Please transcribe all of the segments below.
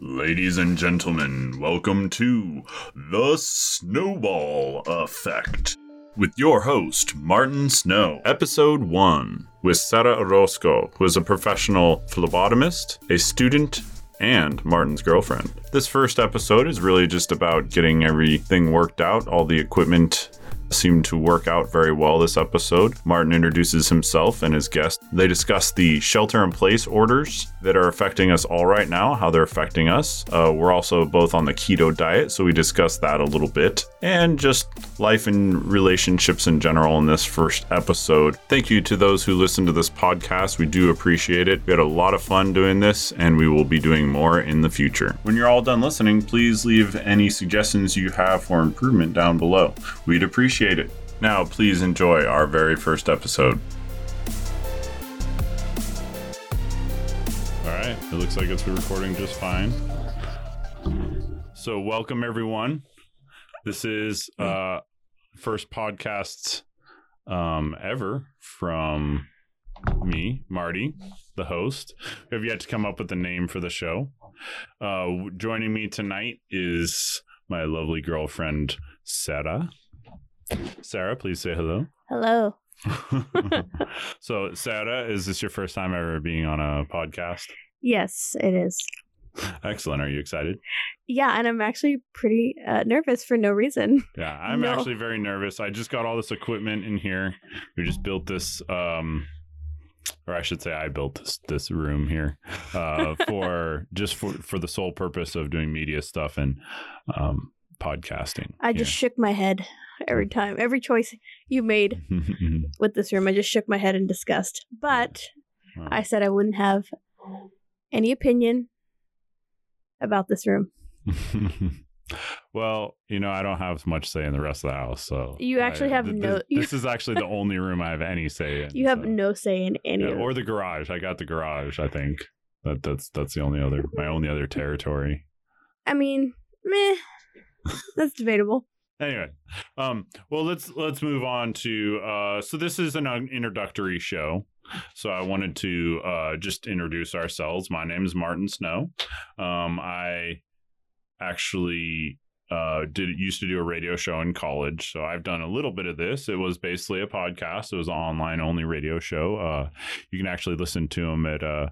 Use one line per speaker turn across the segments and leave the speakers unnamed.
Ladies and gentlemen, welcome to The Snowball Effect with your host, Martin Snow. Episode 1 with Sarah Orozco, who is a professional phlebotomist, a student, and Martin's girlfriend. This first episode is really just about getting everything worked out, all the equipment seemed to work out very well this episode. Martin introduces himself and his guest. They discuss the shelter in place orders that are affecting us all right now, how they're affecting us. Uh, we're also both on the keto diet, so we discuss that a little bit and just life and relationships in general in this first episode. Thank you to those who listen to this podcast. We do appreciate it. We had a lot of fun doing this, and we will be doing more in the future. When you're all done listening, please leave any suggestions you have for improvement down below. We'd appreciate appreciate it. Now, please enjoy our very first episode. All right, it looks like it's recording just fine. So, welcome everyone. This is uh first podcast um ever from me, Marty, the host. We have yet to come up with a name for the show. Uh joining me tonight is my lovely girlfriend Sarah. Sarah, please say hello.
Hello.
so, Sarah, is this your first time ever being on a podcast?
Yes, it is.
Excellent. Are you excited?
Yeah, and I'm actually pretty uh, nervous for no reason.
Yeah, I'm
No.
actually very nervous. I just got all this equipment in here. We just built this um or I should say I built this this room here uh for just for for the sole purpose of doing media stuff and um podcasting.
I just shook my head every time. Every choice you made
here.
with this room, I just shook my head in disgust. But
Wow.
I said I wouldn't have any opinion about this room.
well, you know, I don't have much say in the rest of the house, so
You actually
I-
have
th-
no-
This,
you-
this is actually the only room I have any say in.
You have
so-
no say in any
Yeah,
of
or the garage. I got the garage. I think that that's that's the only other my only other territory.
I mean, meh. That's debatable.
Anyway, um, well, let's let's move on to. Uh, so this is an uh, introductory show. So I wanted to uh, just introduce ourselves. My name is Martin Snow. Um, I actually uh, did used to do a radio show in college, so I've done a little bit of this. It was basically a podcast. It was an online only radio show. Uh, you can actually listen to them at uh,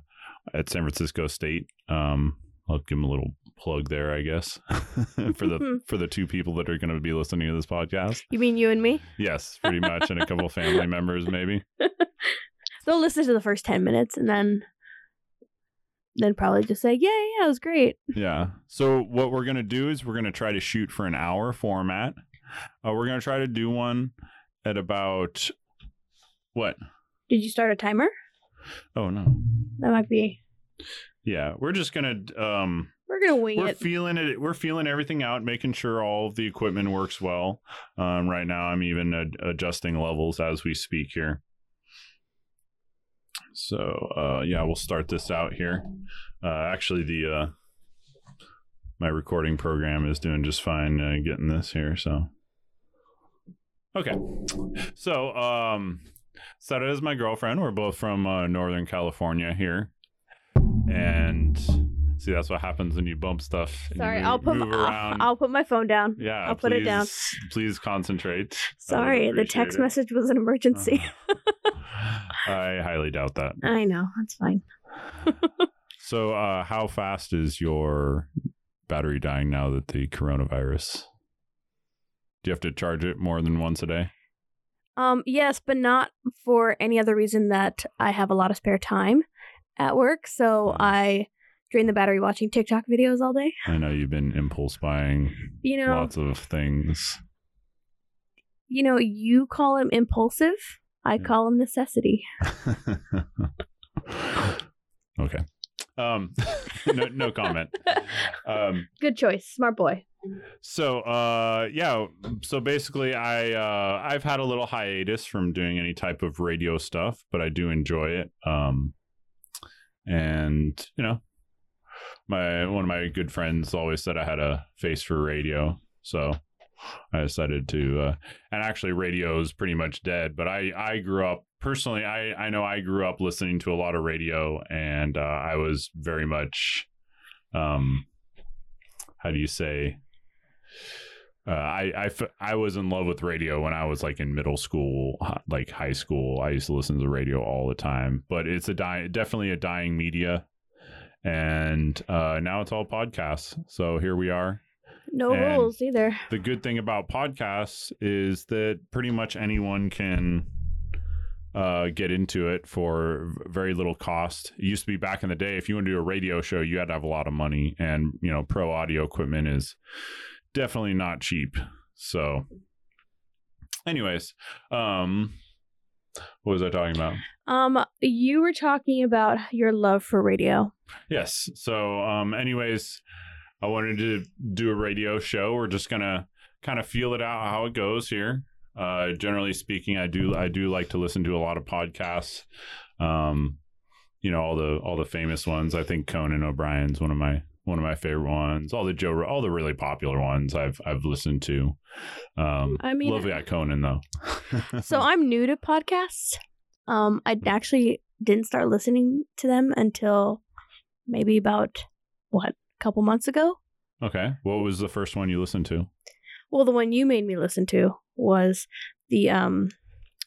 at San Francisco State. Um, I'll give them a little plug there, I guess, for the for the two people that are going to be listening to this podcast.
You mean you and me?
Yes, pretty much, and a couple family members maybe.
They'll listen to the first 10 minutes and then then probably just say, yeah, yeah, it was great.
Yeah. So what we're gonna do is we're gonna try to shoot for an hour format. Uh, we're gonna try to do one at about what?
Did you start a timer?
Oh no.
That might be.
Yeah, we're just gonna um,
We're going to wing
we're
it.
feeling it. We're feeling everything out, making sure all of the equipment works well. Um, right now, I'm even ad- adjusting levels as we speak here. So uh, yeah, we'll start this out here. Uh, actually, the uh, my recording program is doing just fine uh, getting this here. So okay, so um, Sarah is my girlfriend. We're both from uh, Northern California here, and see that's what happens when you bump stuff. and you
Sorry,
move-
I'll put
move
my,
around.
I'll, I'll put my phone down.
yeah,
I'll put it down.
please- Please concentrate. I would
Sorry, the
appreciate
text
it. Uh-huh.
message was an emergency.
I highly doubt that.
I know, that's fine.
So, uh, how fast is your battery dying now that the coronavirus? Do you have to charge it more than once a day?
Um yes, but not for any other reason that I have a lot of spare time at work, so
Mm.
I drain the battery watching TikTok videos all day.
I know you've been impulse buying
You know,
lots of things.
you know, you call them impulsive, I
Yeah.
call them necessity.
okay. Um, no, no comment. Um,
Good choice, smart boy.
So uh yeah, so basically I uh I've had a little hiatus from doing any type of radio stuff, but I do enjoy it. Um and you know, my one of my good friends always said I had a face for radio, so I decided to uh and actually radio is pretty much dead, but I I grew up personally I I know I grew up listening to a lot of radio and uh I was very much um how do you say uh, I, I, f- I was in love with radio when I was like in middle school, hi- like high school. I used to listen to the radio all the time, but it's a di- definitely a dying media. And uh, now it's all podcasts. So here we are.
No
And-
rules either.
The good thing about podcasts is that pretty much anyone can uh, get into it for v- very little cost. It used to be back in the day, if you want to do a radio show, you had to have a lot of money. And, you know, pro audio equipment is definitely not cheap. So, anyways, um, what was I talking about?
Um, you were talking about your love for radio.
Yes. So, um, anyways, I wanted to do a radio show. We're just gonna kind of feel it out how it goes here. Uh, generally speaking, I do I do like to listen to a lot of podcasts. Um, you know all the all the famous ones. I think Conan O'Brien's one of my one of my favorite ones. All the Joe Ro- all the really popular ones I've I've listened to. Um,
I mean-
love that Conan though.
So I'm new to podcasts. Um, I actually didn't start listening to them until maybe about what a couple months ago.
okay, what was the first one you listened to?
Well, the one you made me listen to was the um,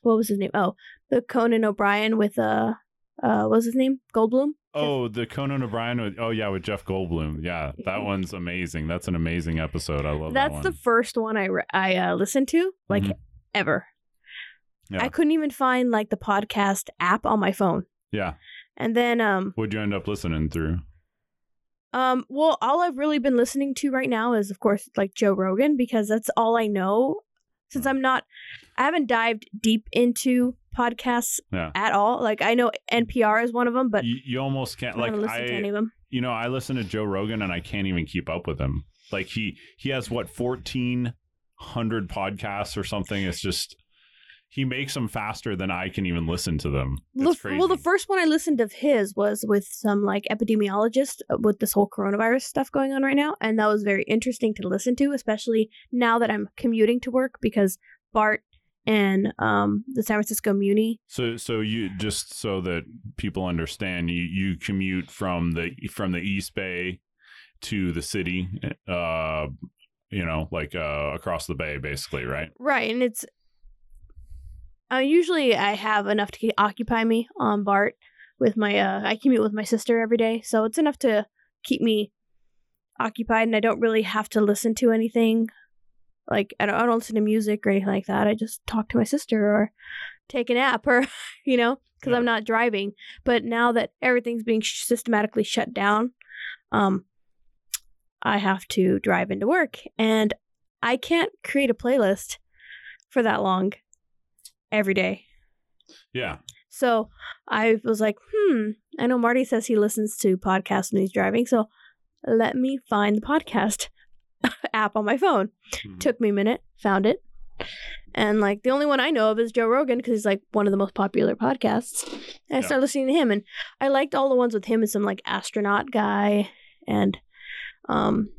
what was his name? Oh, the Conan O'Brien with uh, uh, what was his name? Goldblum.
Oh, the Conan O'Brien with oh yeah with Jeff Goldblum. Yeah, that one's amazing. That's an amazing episode. I love
That's
Oh, that
the
one.
first one I re- I uh, listened to like
Mhm.
ever.
Yeah.
I couldn't even find like the podcast app on my phone.
yeah.
And then um
Would you end up listening through?
um well all I've really been listening to right now is of course like Joe Rogan because that's all I know since I'm not I haven't dived deep into podcasts
Yeah.
at all. Like I know NPR is one of them, but
you, you almost can't
I
like
haven't listened to any
I
of them.
you know I listen to Joe Rogan and I can't even keep up with him. Like he he has what fourteen hundred podcasts or something. It's just he makes them faster than I can even listen to them. It's
Well,
crazy.
well, the first one I listened of his was with some like epidemiologist uh, with this whole coronavirus stuff going on right now, and that was very interesting to listen to, especially now that I'm commuting to work because Bart and um, the San Francisco Muni.
So, so you just so that people understand, you you commute from the from the East Bay to the city, uh, you know, like uh, across the bay, basically, right?
Right, and it's uh, usually I have enough to occupy me on Bart with my uh, I commute with my sister every day, so it's enough to keep me occupied, and I don't really have to listen to anything. Like I don't, I don't listen to music or anything like that. I just talk to my sister or take a nap or you know because I'm not driving. But now that everything's being sh- systematically shut down, um, I have to drive into work, and I can't create a playlist for that long every day.
Yeah,
So I was like, hmm, I know Marty says he listens to podcasts when he's driving, so let me find the podcast app on my phone.
Mm.
Took me a minute, found it. And like the only one I know of is Joe Rogan because he's like one of the most popular podcasts. And I
Yeah.
started listening to him and I liked all the ones with him and some like astronaut guy and um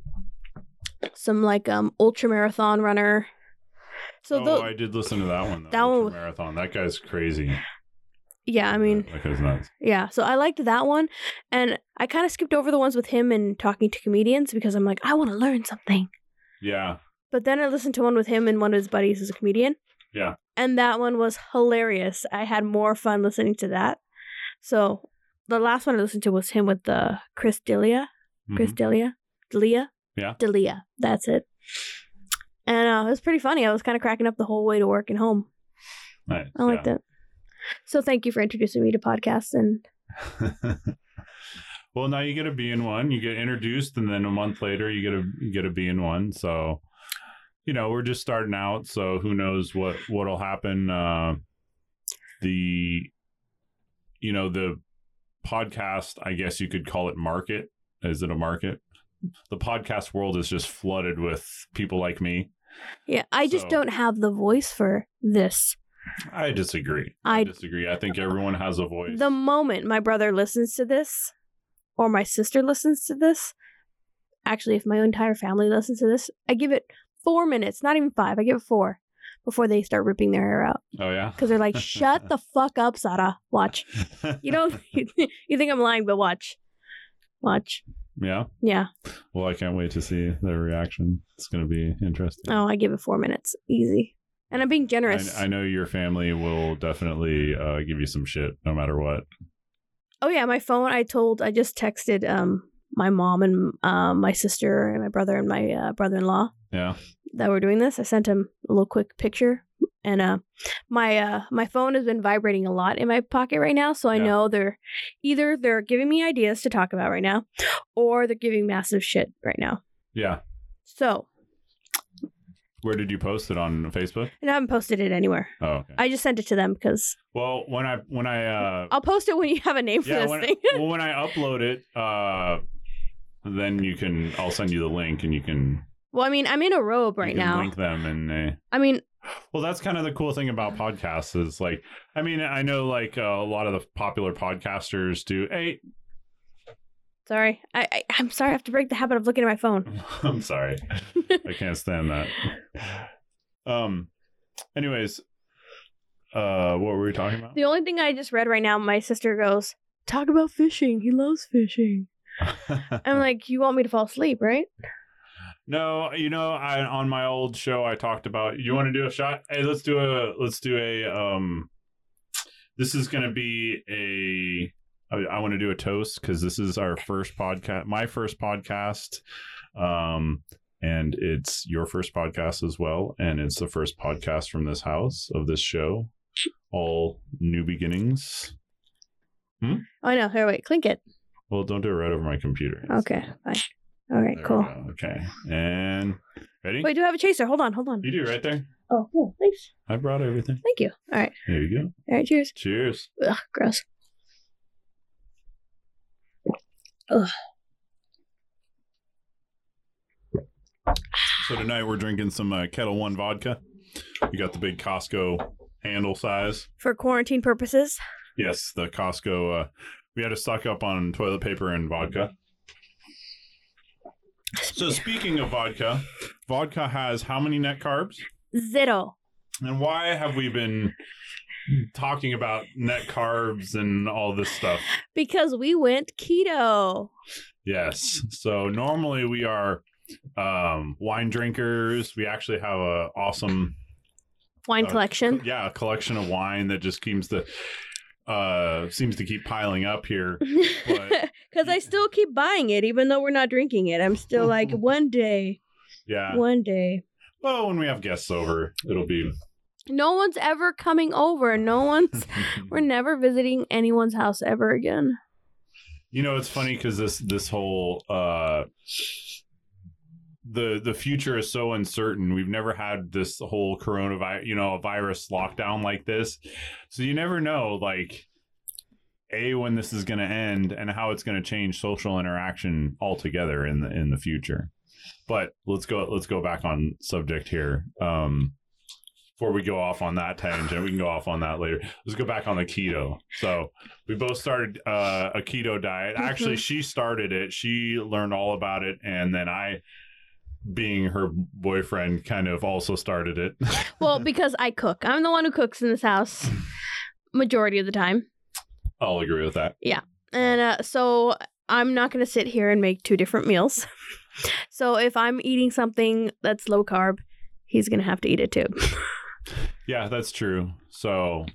some like um ultra marathon runner. So
oh,
tho-
I did listen to that one. Though,
That one-
marathon. That guy's crazy.
yeah, I mean
that guy's nuts.
Yeah, so I liked that one, and I kind of skipped over the ones with him and talking to comedians because I'm like, I want to learn something.
Yeah,
But then I listened to one with him and one of his buddies who's a comedian.
Yeah.
And that one was hilarious. I had more fun listening to that. So the last one I listened to was him with the Chris D'Elia. Chris
Mhm.
D'Elia. D'Elia.
Yeah.
D'Elia. That's it. And uh, it was pretty funny. I was kind of cracking up the whole way to work and home.
Mm-hmm. Nice.
I liked it. So thank you for introducing me to podcasts and
Yeah. well, now you get to be in one. You get introduced, and then a month later, you get to you get to be in one. So, you know, we're just starting out. So who knows what what'll happen? Uh, the you know the podcast. I guess you could call it market. Is it a market? The podcast world is just flooded with people like me.
Yeah, I just
So-
don't have the voice for this.
I disagree.
I-
disagree. I think everyone has a voice.
The moment my brother listens to this, or my sister listens to this, actually, if my entire family listens to this, I give it four minutes, not even five, I give it four before they start ripping their hair out
oh yeah.
because they're like, shut the fuck up, Sada. Watch. You don't, you think I'm lying, but watch. Watch.
Yeah.
Yeah.
Well, I can't wait to see their reaction. It's going to be interesting.
Oh, I give it four minutes. Easy. And I'm being generous.
I, I know your family will definitely uh, give you some shit no matter what.
oh yeah, my phone. I told. I just texted um my mom and um my sister and my brother and my uh, brother-in-law
Yeah.
that we're doing this. I sent him a little quick picture, and uh, my uh, my phone has been vibrating a lot in my pocket right now. So I
Yeah.
know they're either they're giving me ideas to talk about right now, or they're giving massive shit right now.
Yeah.
So
Where did you post it on Facebook?
and I haven't posted it anywhere.
Oh, okay.
I just sent it to them because
well, when I, when I, uh,
I'll post it when you have a name for
yeah,
this
when,
thing.
well, when I upload it, uh, then you can, I'll send you the link and you can,
well, I mean, I'm in a robe
you
right
can
now.
link them and they,
I mean,
Well, that's kind of the cool thing about podcasts is like, I mean, I know like uh, a lot of the popular podcasters do. Hey,
sorry, I, I I'm sorry, I have to break the habit of looking at my phone.
I'm sorry, I can't stand that. Um, anyways, uh, what were we talking about?
The only thing I just read right now, my sister goes, "Talk about fishing. He loves fishing." I'm like, "You want me to fall asleep, right?"
no, you know, I on my old show I talked about. You want to do a shot? Hey, let's do a let's do a um. This is going to be a. I, want to do a toast because this is our first podcast, my first podcast, um, and it's your first podcast as well, and it's the first podcast from this house of this show. All new beginnings.
Oh no, here wait, clink it.
Well, don't do it right over my computer.
Okay, fine. All right,
There we
cool.
go. Okay, and ready?
Wait, do I have a chaser? Hold on, hold on.
You do right there.
Oh, cool. Thanks.
I brought everything.
Thank you. All right.
There you go.
All right, cheers.
Cheers.
Ugh, gross.
So tonight we're drinking some uh, Kettle One vodka. You got the big Costco handle size.
For quarantine purposes.
Yes, the Costco. Uh, we had to stock up on toilet paper and vodka. So speaking of vodka, vodka has how many net carbs?
Zitto.
And why have we been talking about net carbs and all this stuff?
Because we went keto.
Yes. So normally we are um wine drinkers. We actually have a awesome
Wine
Uh,
collection.
yeah, a collection of wine that just keeps the uh seems to keep piling up here. But-
Because I still keep buying it, even though we're not drinking it. I'm still like, one day,
Yeah.
one day.
Well, when we have guests over, it'll be
No one's ever coming over. No one's. We're never visiting anyone's house ever again.
You know, it's funny cuz this this whole uh the the future is so uncertain. We've never had this whole coronavirus, you know, a virus lockdown like this. So you never know like a when this is going to end and how it's going to change social interaction altogether in the in the future. But let's go let's go back on subject here. Um before we go off on that tangent, we can go off on that later. Let's go back on the keto. So we both started uh, a keto diet. Actually, she started it. She learned all about it, and then I, being her boyfriend, kind of also started it.
Well, because I cook. I'm the one who cooks in this house majority of the time.
I'll agree with that.
And uh, so I'm not going to sit here and make two different meals. so if I'm eating something that's low carb, he's going to have to eat it too.
Yeah, that's true. So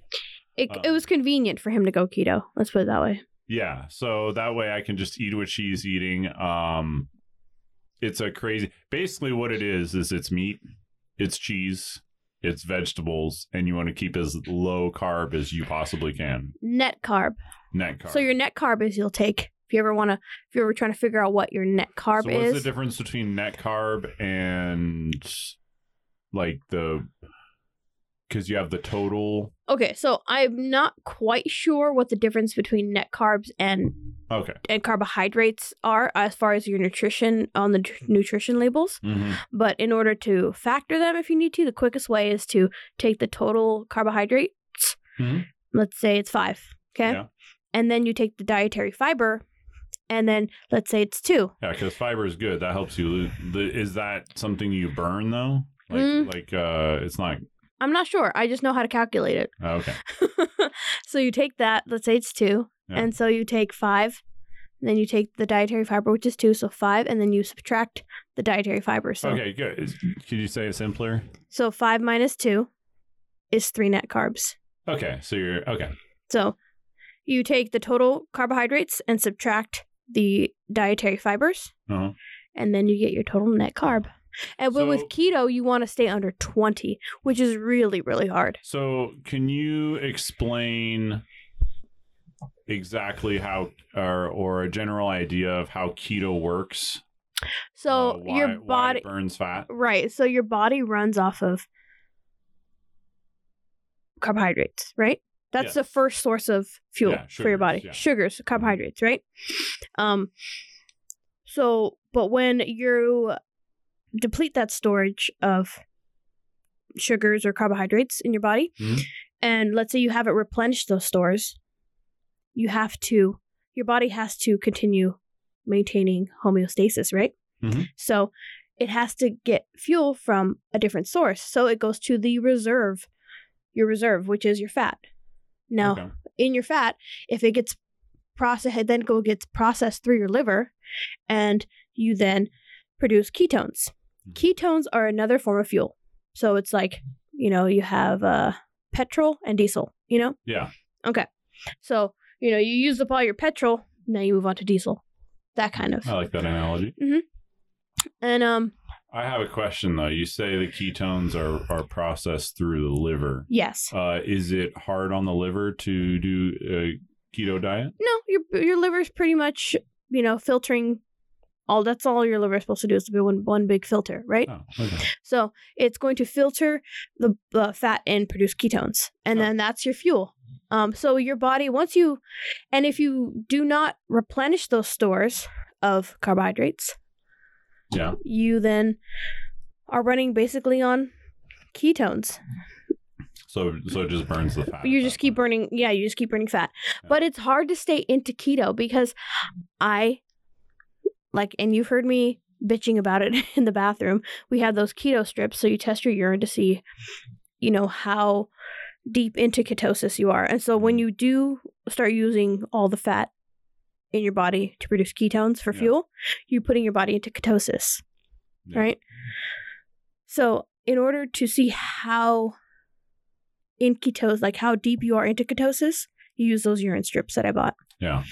It, it
Um.
was convenient for him to go keto. Let's put it that way.
yeah, so that way I can just eat what she's eating. Um, it's a crazy. Basically, what it is is it's meat, it's cheese, it's vegetables, and you want to keep as low carb as you possibly can.
Net carb.
Net carb.
So your net carb is you'll take if you ever want to if you're ever trying to figure out what your net carb
so what's
is.
the difference between net carb and like the because you have the total
okay, so I'm not quite sure what the difference between net carbs and
okay
and carbohydrates are as far as your nutrition on the tr- nutrition labels. But in order to factor them, if you need to, the quickest way is to take the total carbohydrates.
Mhm.
Let's say it's five. Okay.
Yeah.
And then you take the dietary fiber, and then let's say it's two.
yeah because fiber is good that helps you lose the, is that something you burn though like
Mm.
like uh it's not
I'm not sure. I just know how to calculate it.
okay
so you take that, let's say it's two.
Yeah.
And so you take five, And then you take the dietary fiber, which is two, so five, and then you subtract the dietary fiber. So,
Okay, good. Is- Could you say it simpler?
so five minus two is three net carbs.
Okay, so you're okay.
So you take the total carbohydrates and subtract the dietary fibers,
Uh-huh.
and then you get your total net carb. And but with
So-
keto, you want to stay under 20, which is really, really hard.
So, can you explain exactly how, or or a general idea of how keto works?
So
Uh, why-
your
why it
body,
burns fat.
right? So your body runs off of carbohydrates, right? That's the
Yes.
first source of fuel
Yeah,
for your
sugars,
body.
yeah. Mm-hmm.
Sugars, carbohydrates, right? Um. So, but when you deplete that storage of sugars or carbohydrates in your body,
Mhm.
and let's say you haven't replenished those stores, you have to, your body has to continue maintaining homeostasis, right?
Mhm.
So it has to get fuel from a different source. So it goes to the reserve, your reserve, which is your fat. Now,
Okay.
in your fat, if it gets processed, it then go gets processed through your liver, and you then produce ketones.
Mhm.
Ketones are another form of fuel. So it's like you know you have uh, petrol and diesel. You know,
Yeah.
so you know you use up all your petrol, now you move on to diesel, that kind of.
I like that analogy.
And um,
I have a question though. You say the ketones are are processed through the liver.
yes,
Uh, is it hard on the liver to do a keto diet?
no, your your liver's pretty much you know filtering. All that's all your liver is supposed to do is to be one one big filter, right?
Oh, okay.
So it's going to filter the uh, fat and produce ketones, and
Oh.
then that's your fuel. Um, so your body, once you, and if you do not replenish those stores of carbohydrates,
Yeah.
you then are running basically on ketones.
So so it just burns the fat.
you
at
just
that
keep
point.
burning, yeah, you just keep burning fat.
Yeah.
But it's hard to stay into keto because I, like, and you've heard me bitching about it in the bathroom. We have those keto strips, so you test your urine to see, you know, how deep into ketosis you are. And so when
Mhm.
you do start using all the fat in your body to produce ketones for
Yeah.
fuel, you're putting your body into ketosis
Yeah.
right? So, in order to see how in ketosis, like how deep you are into ketosis, you use those urine strips that I bought.
Yeah.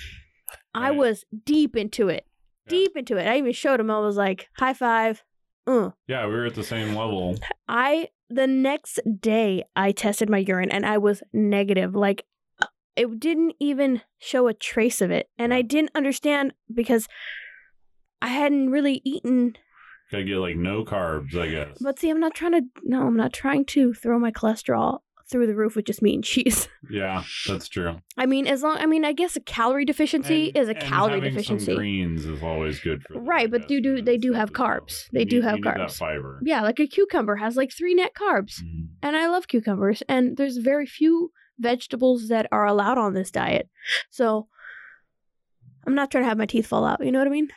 I
Right.
was deep into it,
Yeah.
deep into it. I even showed him. I was like, high five. Uh.
Yeah, we were at the same level.
I the next day I tested my urine and I was negative. Like uh, it didn't even show a trace of it, and I didn't understand because I hadn't really eaten
Gotta get like no carbs, I guess.
But see, I'm not trying to. No, I'm not trying to throw my cholesterol through the roof with just meat and cheese.
yeah, that's true.
I mean, as long. I mean, I guess a calorie deficiency
And-
is a
and
calorie
having Some
deficiency.
greens is always good for. the
Right, but you do-
digestion
they
and
do
stuff
have
as well.
carbs.
You
They do
need-
have
you need that
carbs.
fiber.
Yeah, like a cucumber has like three net carbs,
Mhm.
and I love cucumbers, and there's very few vegetables that are allowed on this diet, so. I'm not trying to have my teeth fall out. You know what I mean?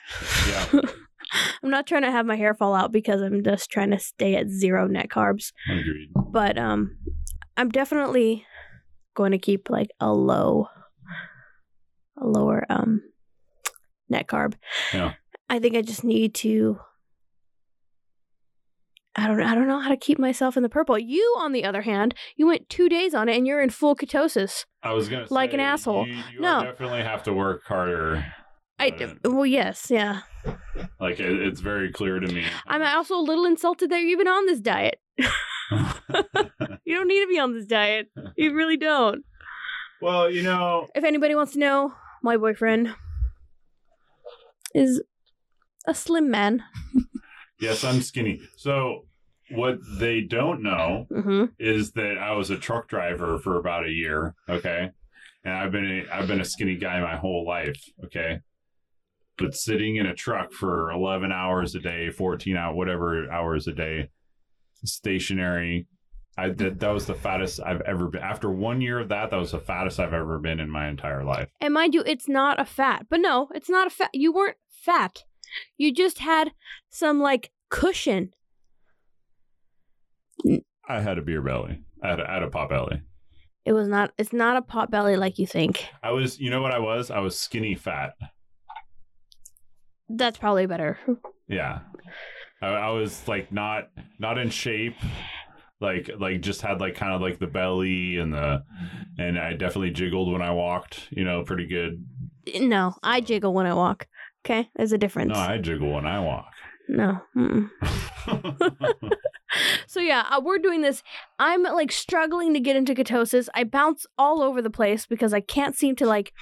Yeah.
I'm not trying to have my hair fall out because I'm just trying to stay at zero net carbs.
Agreed.
but um i'm definitely going to keep like a low a lower um net carb
Yeah.
i think i just need to i don't i don't know how to keep myself in the purple you on the other hand you went two days on it and you're in full ketosis
I was gonna
Like an
say,
asshole.
You, you
No.
definitely have to work harder.
i
at it.
well yes yeah
like it, it's very clear to me.
i'm also a little insulted that you're even on this diet you don't need to be on this diet you really don't
well, you know,
If anybody wants to know, my boyfriend is a slim man.
yes, I'm skinny. So what they don't know
Mm-hmm.
is that I was a truck driver for about a year. Okay. And I've been a, I've been a skinny guy my whole life. Okay. But sitting in a truck for 11 hours a day, 14 out, whatever hours a day, stationary. I did, that was the fattest I've ever been. After one year of that, that was the fattest I've ever been in my entire life.
And mind you, it's not a fat. But no, it's not a fat. You weren't fat. You just had some like cushion.
I had a beer belly. I had a, I had a pot belly.
It was not. It's not a pot belly like you think.
I was, you know what I was? I was skinny fat.
That's probably better.
Yeah. I, I was like not not in shape. Like like just had like kind of like the belly and the and I definitely jiggled when I walked, you know, pretty good.
No, I jiggle when I walk. Okay, there's a difference.
No, I jiggle when I walk. Mm-hmm.
No. Mm-mm. So yeah, uh, we're doing this. I'm like struggling to get into ketosis. I bounce all over the place because I can't seem to like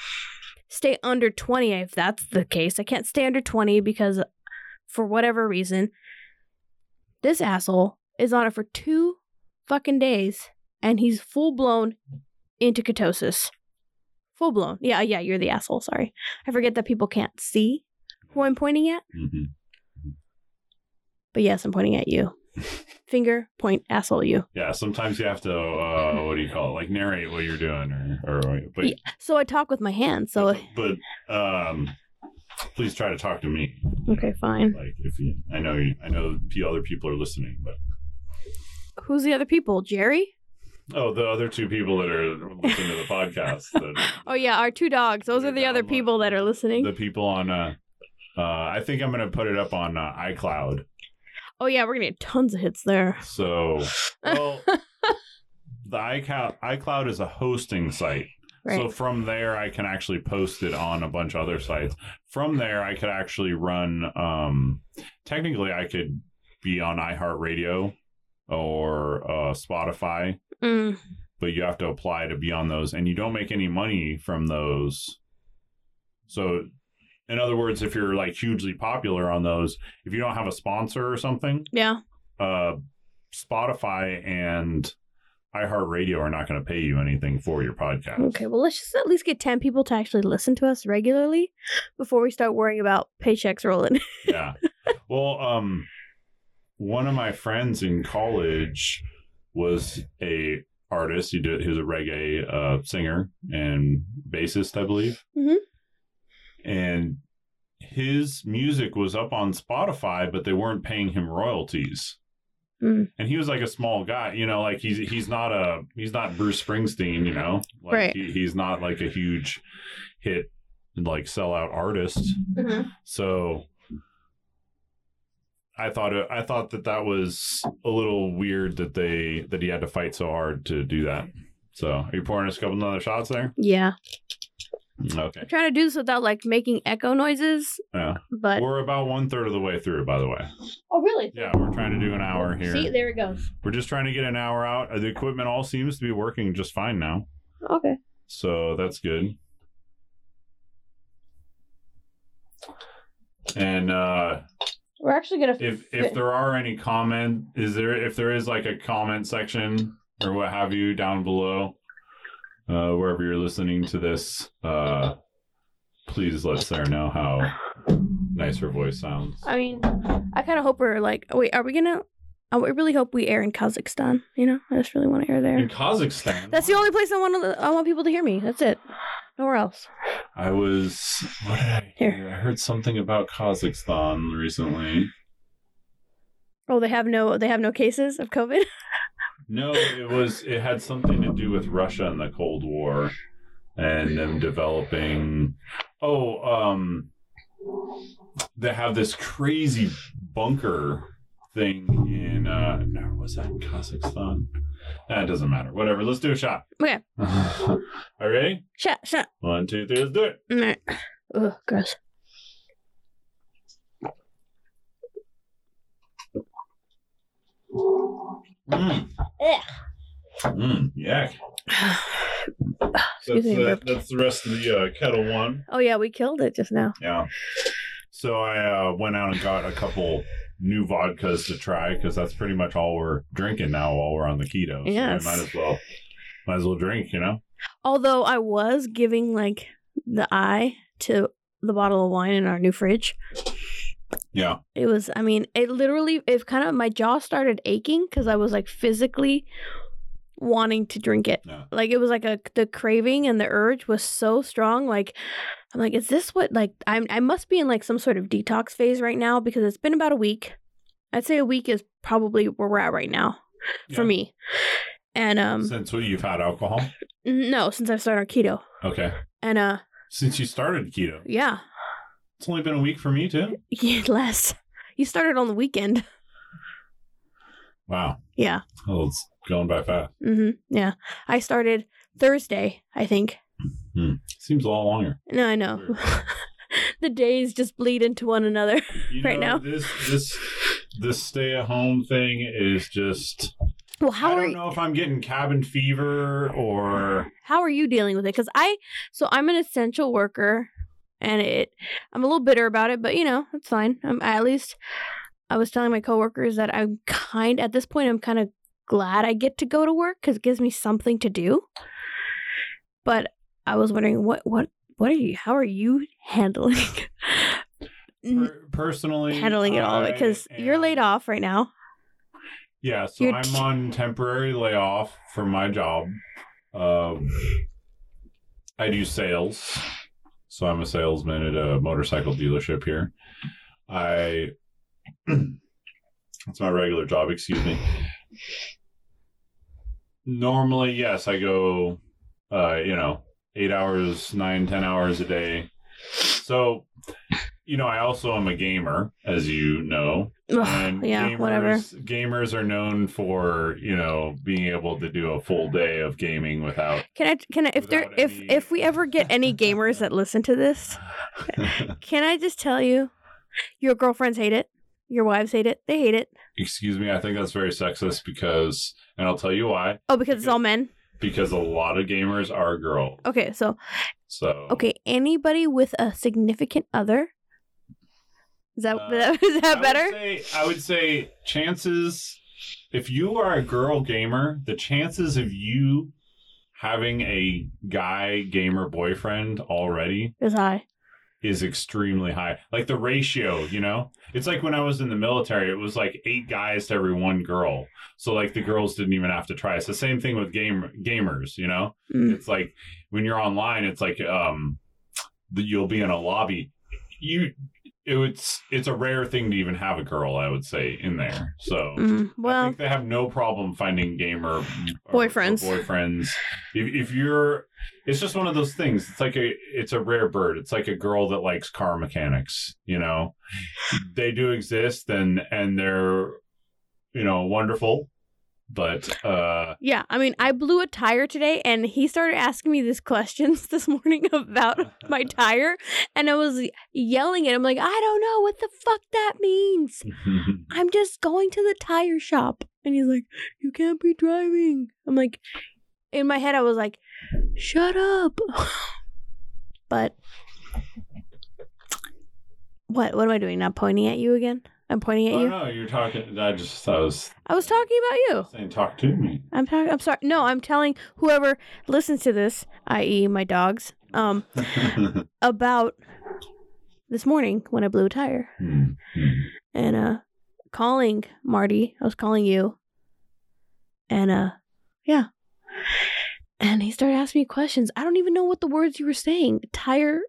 stay under 20 if that's the case. I can't stay under 20 because for whatever reason this asshole is on it for 2 fucking days and he's full blown into ketosis. Full blown. Yeah, yeah, you're the asshole, sorry. I forget that people can't see who I'm pointing at.
Mhm.
But yes, I'm pointing at you. Finger point asshole you.
Yeah, sometimes you have to uh what do you call it? Like narrate what you're doing or or but
Yeah, So I talk with my hands. So
but, but um please try to talk to me.
okay, fine.
Like if you I know you I know p- other people are listening, but
Who's the other people? Jerry?
Oh, the other two people that are listening to the podcast. The,
Oh yeah, our two dogs. Those are the other people that are listening.
the people on, uh, uh, I think I'm going to put it up on uh, iCloud.
Oh yeah, we're gonna get tons of hits there.
So, well, the iCloud, iCloud is a hosting site.
Right.
So from there, I can actually post it on a bunch of other sites. From there, I could actually run, um, technically, I could be on iHeartRadio or uh, Spotify.
Mm.
but you have to apply to be on those and you don't make any money from those so in other words if you're like hugely popular on those if you don't have a sponsor or something
Yeah.
uh spotify and iheartradio are not going to pay you anything for your podcast
Okay. Well, let's just at least get ten people to actually listen to us regularly before we start worrying about paychecks rolling.
yeah. Well, um, one of my friends in college was a artist. He did. He was a reggae uh, singer and bassist, I believe.
Mhm.
And his music was up on Spotify, but they weren't paying him royalties.
Mm.
And he was like a small guy, you know, like he's he's not a he's not Bruce Springsteen, you know, like
Right.
he, he's not like a huge hit like sellout artist.
Mm-hmm.
So I thought it, I thought that that was a little weird that they that he had to fight so hard to do that. So are you pouring us a couple other shots there?
Yeah.
Okay.
I'm trying to do this without like making echo noises,
Yeah.
but
We're about one third of the way through, by the way.
oh really?
Yeah, we're trying to do an hour here.
See, there it goes.
We're just trying to get an hour out. The equipment all seems to be working just fine now.
Okay.
So that's good. And uh
We're actually gonna.
if if there are any comment is there if there is like a comment section or what have you down below uh wherever you're listening to this uh please let sarah know how nice her voice sounds
I mean, I kind of hope we're like. Wait, are we gonna? I really hope we air in Kazakhstan. You know, I just really want to air there.
in kazakhstan
That's the only place I want to, I want people to hear me. That's it. Nowhere else.
i was what did i
Here.
hear i heard something about kazakhstan recently
Oh, they have no they have no cases of COVID.
no it was it had something to do with russia and the cold war and them developing oh um they have this crazy bunker thing in uh no was that in kazakhstan that doesn't matter whatever let's do a shot
Okay.
all right
Shut shut.
one two three let's do it
All right. Ugh, gross.
mm.
Ugh.
Mm, yeah
Excuse
that's,
me,
the
burped.
that's the rest of the uh, kettle one
Oh yeah, we killed it just now.
Yeah. So I uh, went out and got a couple new vodkas to try because that's pretty much all we're drinking now while we're on the keto. So
Yes.
I might as well, might as well drink. You know.
Although I was giving like the eye to the bottle of wine in our new fridge.
Yeah.
It was I mean, it literally it kind of my jaw started aching cuz I was like physically wanting to drink it.
Yeah.
Like it was like a the craving and the urge was so strong like I'm like is this what like I'm I must be in like some sort of detox phase right now because it's been about a week. I'd say a week is probably where we're at right now for
Yeah.
me. And um
Since what you've had alcohol.
no, since I've started on keto.
Okay.
And uh
Since you started keto.
yeah.
It's only been a week for me too.
Yeah, less. You started on the weekend.
Wow.
Yeah.
Oh, it's going by fast.
hmm Yeah. I started Thursday, I think.
Seems a lot longer.
No, I know.
Hmm.
the days just bleed into one another.
You
Right
know,
now?
This this this stay at home thing is just
Well, how
I
are
don't
you?
know if I'm getting cabin fever or
how are you dealing with it? Because I, so I'm an essential worker, and it, I'm a little bitter about it, but you know, it's fine. Um, I, at least I was telling my coworkers that I'm kind at this point. I'm kind of glad I get to go to work because it gives me something to do. But I was wondering what what what are you? How are you handling? n-
per- personally
handling Mm. it all
I
because you're
am-
laid off right now.
Yeah, so
You're
I'm
t-
on temporary layoff from my job. Um, I do sales, so I'm a salesman at a motorcycle dealership here. I it's my regular job. Excuse me. Normally, yes, I go, uh, you know, eight hours, nine, ten hours a day. So, you know, I also am a gamer, as you know
Ugh,
and
yeah,
gamers,
whatever.
Gamers are known for you know being able to do a full day of gaming without.
Can I? Can I? If there,
Without
if
any-
if we ever get any gamers that listen to this, can I just tell you, your girlfriends hate it, your wives hate it, they hate it.
Excuse me, I think that's very sexist because, and I'll tell you why.
Oh, because it's all men.
Because a lot of gamers are girls.
Okay, so
So
okay, anybody with a significant other. Is that
Uh,
that- is that
I would,
better?
say, I would say chances. If you are a girl gamer, the chances of you having a guy gamer boyfriend already
Is high.
is extremely high. Like the ratio, you know? It's like when I was in the military, it was like eight guys to every one girl. So like the girls didn't even have to try. It's the same thing with game gamers, you know?
Mm.
It's like when you're online, it's like um the- you'll be in a lobby. You it would, it's a rare thing to even have a girl, I would say, in there. So
Mm.
I
Well,
think they have no problem finding gamer or- or
Boyfriends.
boyfriends. If, if you're, it's just one of those things. It's like a, it's a rare bird. It's like a girl that likes car mechanics. You know, they do exist, and and they're, you know, wonderful. But uh,
yeah. I mean, I blew a tire today, and he started asking me these questions this morning about my tire, and I was yelling at him like, "I don't know what the fuck that means." I'm just going to the tire shop. And he's like, You can't be driving. I'm like, in my head, I was like, Shut up. but what? What am I doing? Not pointing at you again? I'm pointing at
oh
you.
no, you're talking. I just I was
I was talking about you.
saying, talk to me.
I'm talking. I'm sorry. No, I'm telling whoever listens to this, i.e., my dogs, um, about this morning when I blew a tire.
Hmm.
and uh calling Marty. I was calling you. And uh yeah. And he started asking me questions. I don't even know what the words you were saying. Tire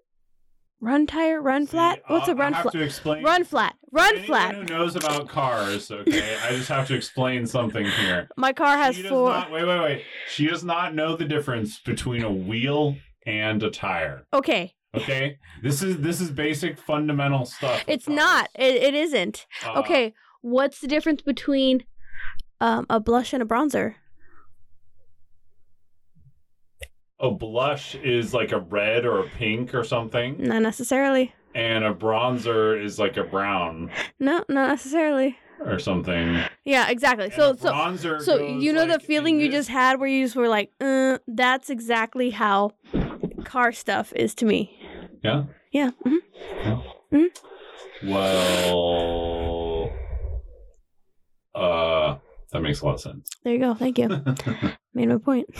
run tire, run
See,
flat? What's
I'll-
a run
I have
flat?
to explain.
Run flat. Run
Anyone
flat.
Who knows about cars? Okay, I just have to explain something here.
My car has
she does
four
Not, wait, wait, wait. She does not know the difference between a wheel and a tire.
Okay.
Okay, this is this is basic fundamental stuff. with
It's
cars.
not. It, it isn't.
Uh,
Okay. What's the difference between um, a blush and a bronzer?
A blush is like a red or a pink or something,
Not necessarily.
and a bronzer is like a brown
No, not necessarily.
or something.
Yeah, exactly.
And
So
a
so
bronzer.
So
goes
you know
like
the feeling
in
you
this-
just had where you just were like, uh, "That's exactly how car stuff is to me."
Yeah.
Yeah. mhm.
Well. Uh, that makes a lot of sense.
There you go. Thank you. Made my point.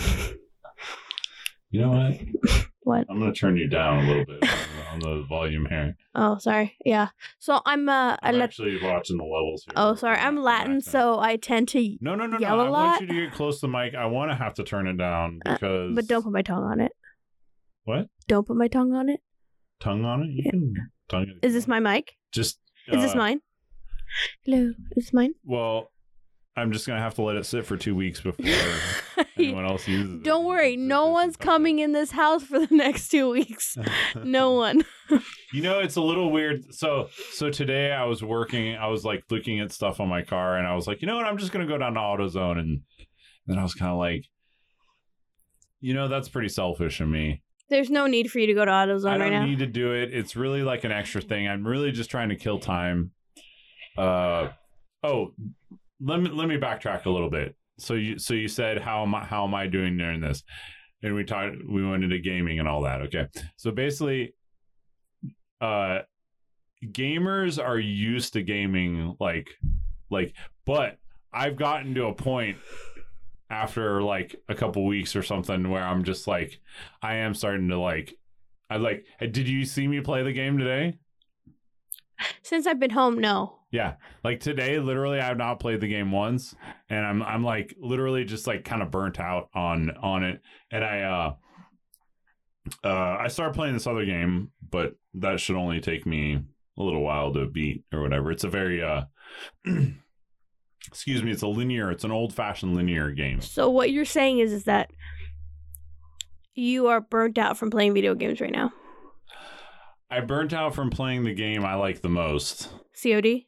You know what?
What?
I'm gonna turn you down a little bit on the volume here.
Oh, sorry. Yeah. So I'm uh, a
I'm
lat-
actually watching the levels here.
oh, sorry. I'm Latin, so I tend to,
no, no, no, no.
yell a
I
lot.
want you to get close to the mic. I want to have to turn it down
Uh,
because.
but don't put my tongue on it.
What?
Don't put my tongue on it.
tongue on it. You
Yeah.
can tongue it. if
Is
you
this
want.
my mic?
Just.
Is this
uh,
mine? Hello. Is this mine?
Well, I'm just gonna have to let it sit for two weeks before anyone else uses it.
Don't worry. No one's coming in this house for the next two weeks. No one.
You know, it's a little weird. So, so today I was working. I was like looking at stuff on my car, and I was like, you know what? I'm just gonna go down to AutoZone, and then I was kind of like, you know, that's pretty selfish of me.
There's no need for you to go to
I
AutoZone right
don't
now.
need to do it. It's really like an extra thing. I'm really just trying to kill time. Uh, oh, let me let me backtrack a little bit. So you so you said how am I, how am I doing during this? And we talked we went into gaming and all that. Okay, so basically, uh, gamers are used to gaming like like, but I've gotten to a point after like a couple weeks or something where I'm just like I am starting to like I like. hey, Did you see me play the game today?
Since I've been home, no.
Yeah, like today, literally, I've not played the game once, and I'm I'm like literally just like kind of burnt out on on it, and I uh uh I started playing this other game, but that should only take me a little while to beat or whatever. It's a very uh excuse me, it's a linear, it's an old fashioned linear game.
So what you're saying is is that you are burnt out from playing video games right now.
I burnt out from playing the game I like the most.
COD,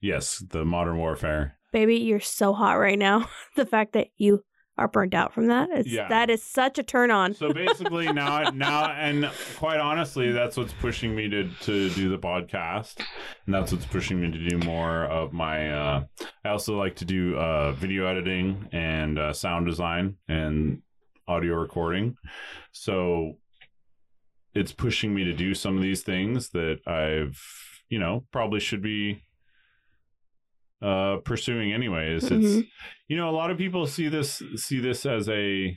Yes, the Modern Warfare.
baby, you're so hot right now. the fact that you are burnt out from that, it's,
Yeah.
that is such a turn on.
So basically, now, now, and quite honestly, that's what's pushing me to to do the podcast, and that's what's pushing me to do more of my. Uh, I also like to do uh, video editing and uh, sound design and audio recording, so it's pushing me to do some of these things that I've, you know, probably should be uh pursuing anyways
Mhm.
it's you know a lot of people see this see this as a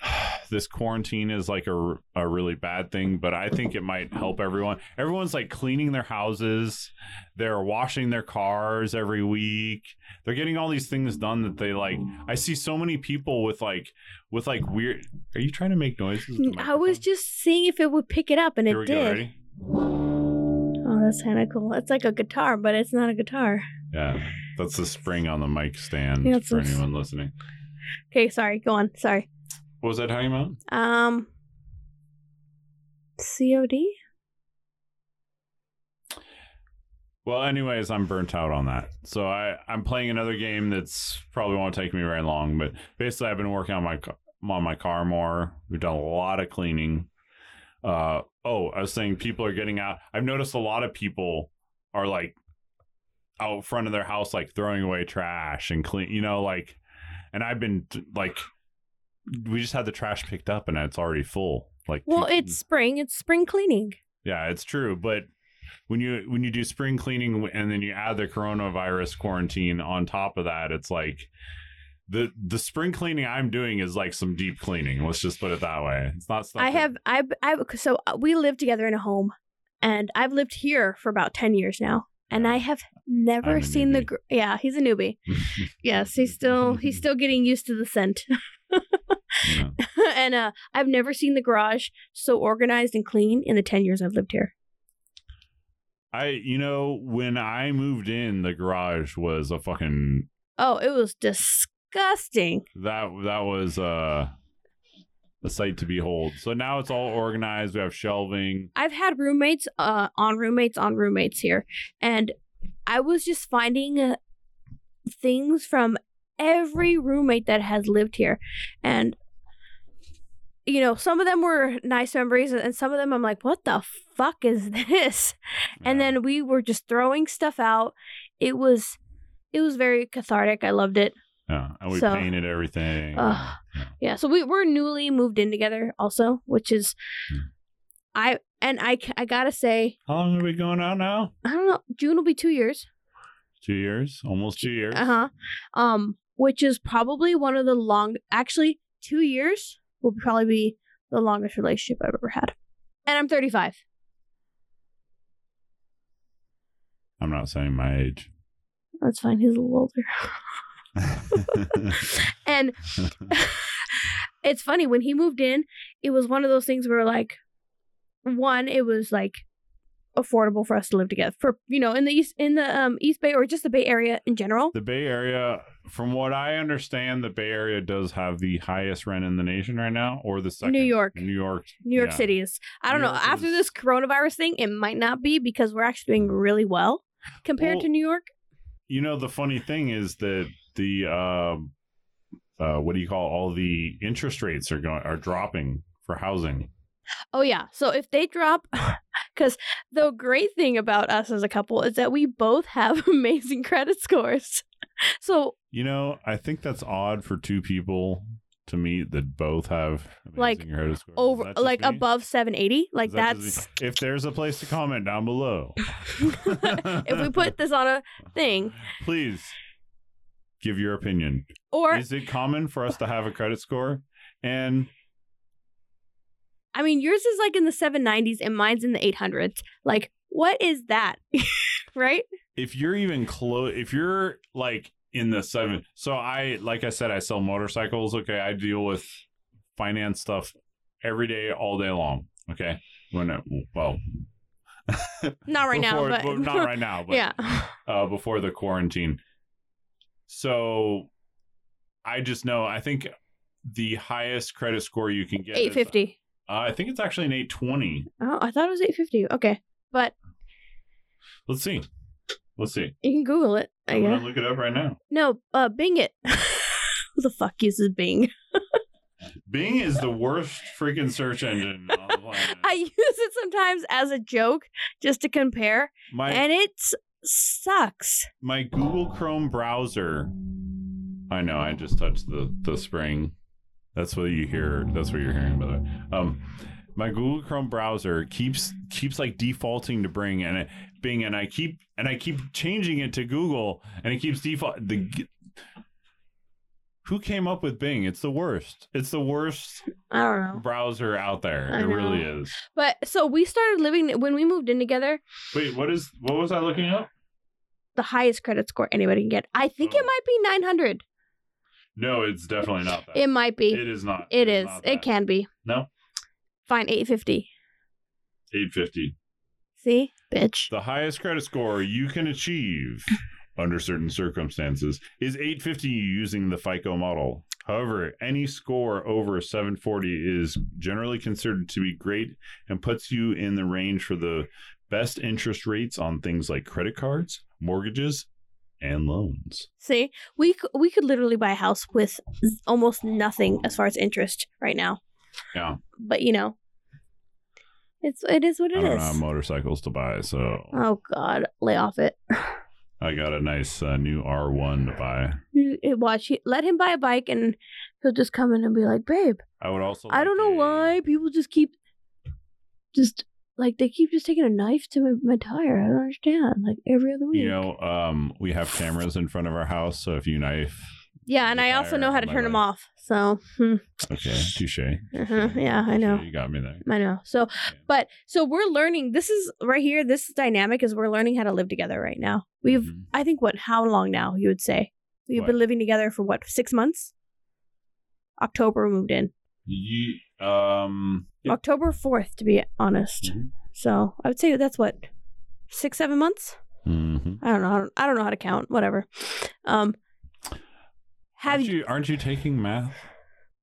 this quarantine is like a, a really bad thing, but I think it might help everyone. Everyone's like cleaning their houses, they're washing their cars every week. They're getting all these things done that they like. I see so many people with like with like weird. Are you trying to make noises? with the
I was
microphone?
just seeing if it would pick it up, and
Here we
it
go.
did.
Ready?
oh, that's kind of cool. It's like a guitar, but it's not a guitar.
Yeah, that's the spring on the mic stand
Yeah, it's
for
a-
anyone listening.
Okay, sorry. Go on. Sorry.
What was I talking about?
Um, COD.
Well, anyways, I'm burnt out on that. So I, I'm playing another game that's probably won't take me very long, but basically I've been working on my ca- on my car more. We've done a lot of cleaning. Uh oh, I was saying people are getting out. I've noticed a lot of people are like out front of their house like throwing away trash and clean, you know, like and I've been t- like we just had the trash picked up and it's already full. Like
Well,
two-
it's spring. It's spring cleaning.
yeah, E. it's true, but when you when you do spring cleaning and then you add the coronavirus quarantine on top of that, it's like the the spring cleaning I'm doing is like some deep cleaning. Let's just put it that way. It's not stuff.
I
that-
have I I so uh, we live together in a home, and I've lived here for about ten years now, and I have never
I'm a
seen the
newbie.
gr- yeah he's a newbie yes he's still he's still getting used to the scent,
you know.
and uh, I've never seen the garage so organized and clean in the ten years I've lived here.
I you know when I moved in, the garage was a fucking
Oh, it was disgusting.
that that was uh a sight to behold. So now it's all organized. We have shelving.
I've had roommates uh, on roommates on roommates here, and I was just finding uh, things from every roommate that has lived here, and you know some of them were nice memories, and some of them I'm like, what the fuck is this? And
Yeah.
then we were just throwing stuff out. It was, it was very cathartic. I loved it.
yeah, and we
so-
painted everything.
Ugh. Yeah, so we we're newly moved in together also, which is,
Hmm.
I and I c- I gotta say.
How long are we going out now?
I don't know. June will be two years.
Two years, almost two years.
Uh huh. Um, which is probably one of the long. Actually, two years will probably be the longest relationship I've ever had. And I'm 35.
I'm not saying my age.
That's fine. He's a little older. And it's funny when he moved in, it was one of those things where like, one, it was like affordable for us to live together for you know in the east in the um east bay or just the bay area in general
The Bay Area, from what I understand, the Bay Area does have the highest rent in the nation right now, or the second.
new york
New York.
new york
yeah.
city is i don't
New
know
York
after
is-
this coronavirus thing it might not be because we're actually doing really well compared
Well-
to new york
You know, the funny thing is that the um uh, what do you call it? all the interest rates are going are dropping for housing.
Oh yeah. So if they drop cuz the great thing about us as a couple is that we both have amazing credit scores. So
You know, I think that's odd for two people to meet that both have amazing
Like,
credit scores. Is
over
that just
like
me?
above 780, like
Is that
that's
just me? if there's a place to comment down below.
if we put this on a thing
please give your opinion.
or
is it common for us to have a credit score? And
I mean yours is like in the 790s and mine's in the 800s. Like what is that? right?
if you're even close, if you're like in the seven, so I, like I said, I sell motorcycles. Okay. I deal with finance stuff every day, all day long. Okay. When I, well,
Not right
before-
now, but,
not right now, but
yeah.
uh, before the quarantine. So I just know, I think the highest credit score you can get is-
850.
uh, I think it's actually an 820.
Oh, I thought it was 850. Okay. But
Let's see. Let's see.
you can google it, I
I'm
guess.
gonna look it up right now.
No, uh, Bing it. Who the fuck uses Bing?
Bing is the worst freaking search engine on the planet.
I use it sometimes as a joke just to compare,
my
and it s- sucks.
my Google Chrome browser. I know. I just touched the the spring. That's what you hear. That's what you're hearing, by the way. Um, my Google Chrome browser keeps keeps like defaulting to Bing and it, Bing, and I keep and I keep changing it to Google, and it keeps default. The who came up with Bing? It's the worst. It's the worst
I don't know.
browser out there.
I
it really
know.
is.
But so we started living when we moved in together.
Wait, what is what was I looking up?
The highest credit score anybody can get. I think it
Oh.
might be 900.
No, it's definitely not that.
It might be.
it is not.
it is.
not
It
that.
can be.
No,
Fine, 850.
eight fifty.
See, bitch.
The highest credit score you can achieve under certain circumstances is eight fifty using the FICO model. However, any score over 740 is generally considered to be great and puts you in the range for the best interest rates on things like credit cards, mortgages, and loans.
See, we c- we could literally buy a house with z- almost nothing as far as interest right now.
Yeah.
But you know, it's it is what
I
it
don't have
is.
motorcycles to buy, so
Oh God, lay off it.
I got a nice uh, new R1 to buy.
You- you Watch, he- let him buy a bike, and he'll just come in and be like, "Babe,
I would also.
I
like
don't know
a-
why people just keep, just like they keep just taking a knife to my, my tire. I don't understand. Like every other week.
You know, um, we have cameras in front of our house, so if you knife,
yeah, and
the
I also
tire
know how
on
to
my
turn them
leg.
off. So hmm,
okay, touche.
uh-huh, yeah, I
Touche,
know.
You got me there.
I know. So, but so we're learning. This is right here. This dynamic is we're learning how to live together right now. We've,
Mhm.
I think, what? How long now? You would say we've
What?
been living together for what? Six months. October we moved in.
You, um, yeah.
October fourth, to be honest.
Mhm.
So I would say that's what six, seven months.
Mhm.
I don't know. I don't, I don't know how to count. Whatever. Um, have
aren't
you?
you? Aren't you taking math?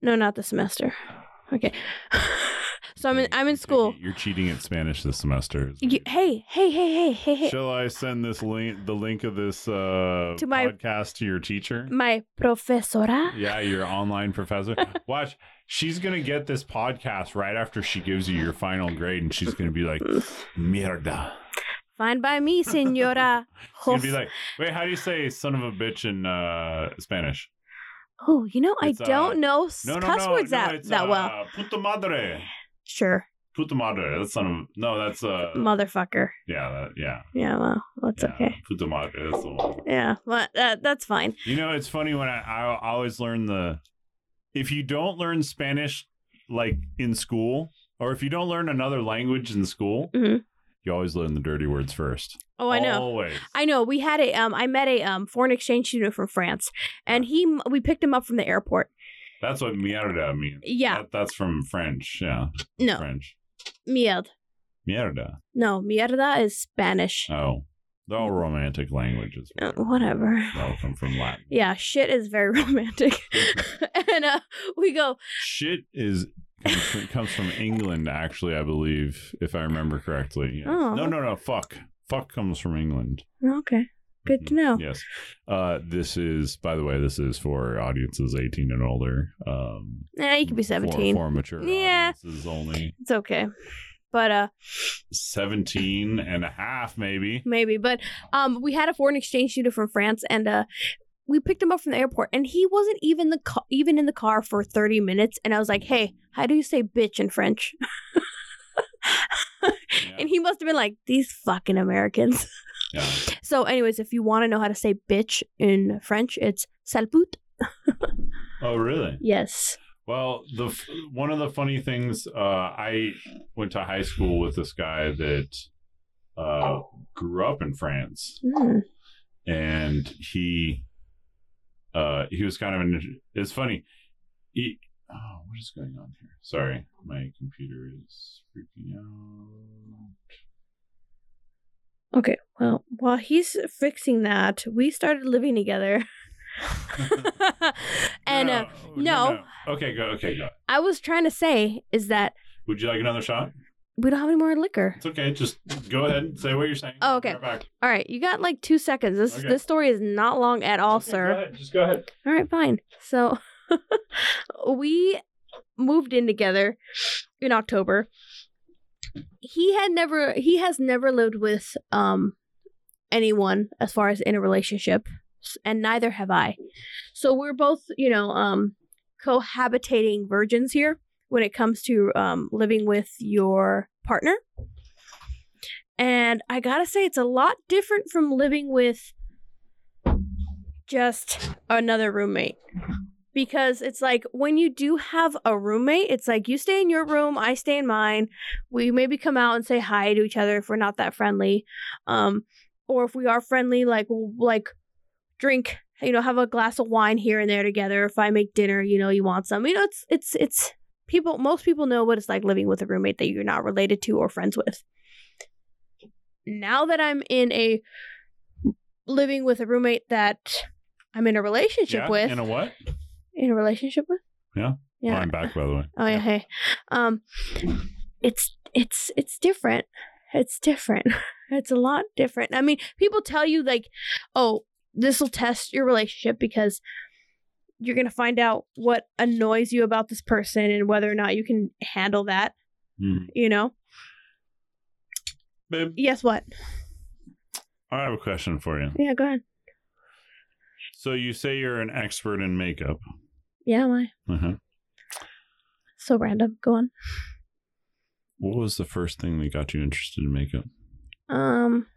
No, not this semester. Okay. so I'm in. I'm
You're
in school.
taking- You're cheating at Spanish this semester. is what
You,
you're
hey, hey, hey, hey, hey, hey.
doing. Shall I send this link, the link of this uh,
To my-
podcast to your teacher?
My profesora.
Yeah, your online professor. Watch, she's gonna get this podcast right after she gives you your final grade, and she's gonna be like, "Mierda."
Fine by me, senora.
She's gonna be like, "Wait, how do you say son of a bitch in uh, Spanish?"
oh, you know, I
it's, uh,
don't know s-
No, no,
cuss
no,
words
no,
that,
it's,
that
uh,
well.
Puta madre,
Sure.
puta madre. That's son of no. That's uh,
Motherfucker.
yeah, that, yeah.
Yeah, well, that's
yeah,
okay.
Puta madre. That's the one.
Yeah, well, that, that's fine.
You know, it's funny when I, I I always learn the if you don't learn Spanish like in school, or if you don't learn another language in school,
Mhm.
you always learn the dirty words first.
Oh, I know.
Always.
I know. We had a, um, I met a um, foreign exchange student from France, and he, we picked him up from the airport.
That's what mierda means.
Yeah.
That, that's from French. Yeah,
No,
French.
mield.
Mierda.
No, mierda is Spanish.
Oh, they're all romantic languages.
Uh, whatever.
They all come from Latin.
Yeah, shit is very romantic. and uh, we go,
Shit is comes from, comes from England, actually, I believe, if I remember correctly. Yes.
Oh.
No, no, no. Fuck. Fuck comes from England.
okay,
Mm-hmm.
good to know.
Yes. Uh, this is, by the way, this is for audiences 18 and older. Um,
Nah, Eh, you can be
for-
17.
For, mature
Yeah.
audiences only
It's okay. But uh,
17 and a half, maybe.
maybe. But um, we had a foreign exchange student from France, and uh, we picked him up from the airport, and he wasn't even the ca- even in the car for thirty minutes. And I was like, "Hey, how do you say bitch in French?"
Yeah.
And he must have been like, "These fucking Americans."
Yeah.
So, anyways, if you want to know how to say bitch in French, it's salput.
Oh, really?
Yes.
Well, the f- one of the funny things uh, I went to high school with this guy that uh, grew up in France,
Mm.
and he uh, he was kind of an. It's funny. He, oh, what is going on here? Sorry, my computer is freaking out.
Okay. Well, while he's fixing that, we started living together. and uh, no.
Okay, go. Okay, go.
I was trying to say is that
Would you like another shot?
we don't have any more liquor.
It's okay. Just go ahead and say what you're saying.
Oh, okay.
Right back.
All right, you got like two seconds. This
Okay.
this story is not long at all,
Okay,
sir.
go ahead, Just go ahead.
All right, fine. So we moved in together in October. He had never he has never lived with um anyone as far as in a relationship s- and neither have I. So we're both, you know, um cohabitating virgins here when it comes to um living with your partner. And I got to say it's a lot different from living with just another roommate because it's like when you do have a roommate it's like you stay in your room i stay in mine we maybe come out and say hi to each other if we're not that friendly um or if we are friendly like we'll like drink you know have a glass of wine here and there together if i make dinner you know you want some you know it's it's it's people most people know what it's like living with a roommate that you're not related to or friends with now that i'm in a living with a roommate that i'm in a relationship
Yeah.
with
In a what?
in a relationship with.
Yeah. Oh,
Yeah.
I'm back, by the way.
Oh yeah. Hey. Um, it's it's it's different. It's different. It's a lot different. I mean, people tell you like, oh, this will test your relationship because you're gonna find out what annoys you about this person and whether or not you can handle that.
Mhm.
You know.
Babe,
Yes. What?
I have a question for you.
Yeah. Go ahead.
So you say you're an expert in makeup.
Yeah. Am I
Uh-huh.
so random? Go on.
What was the first thing that got you interested in makeup?
Um.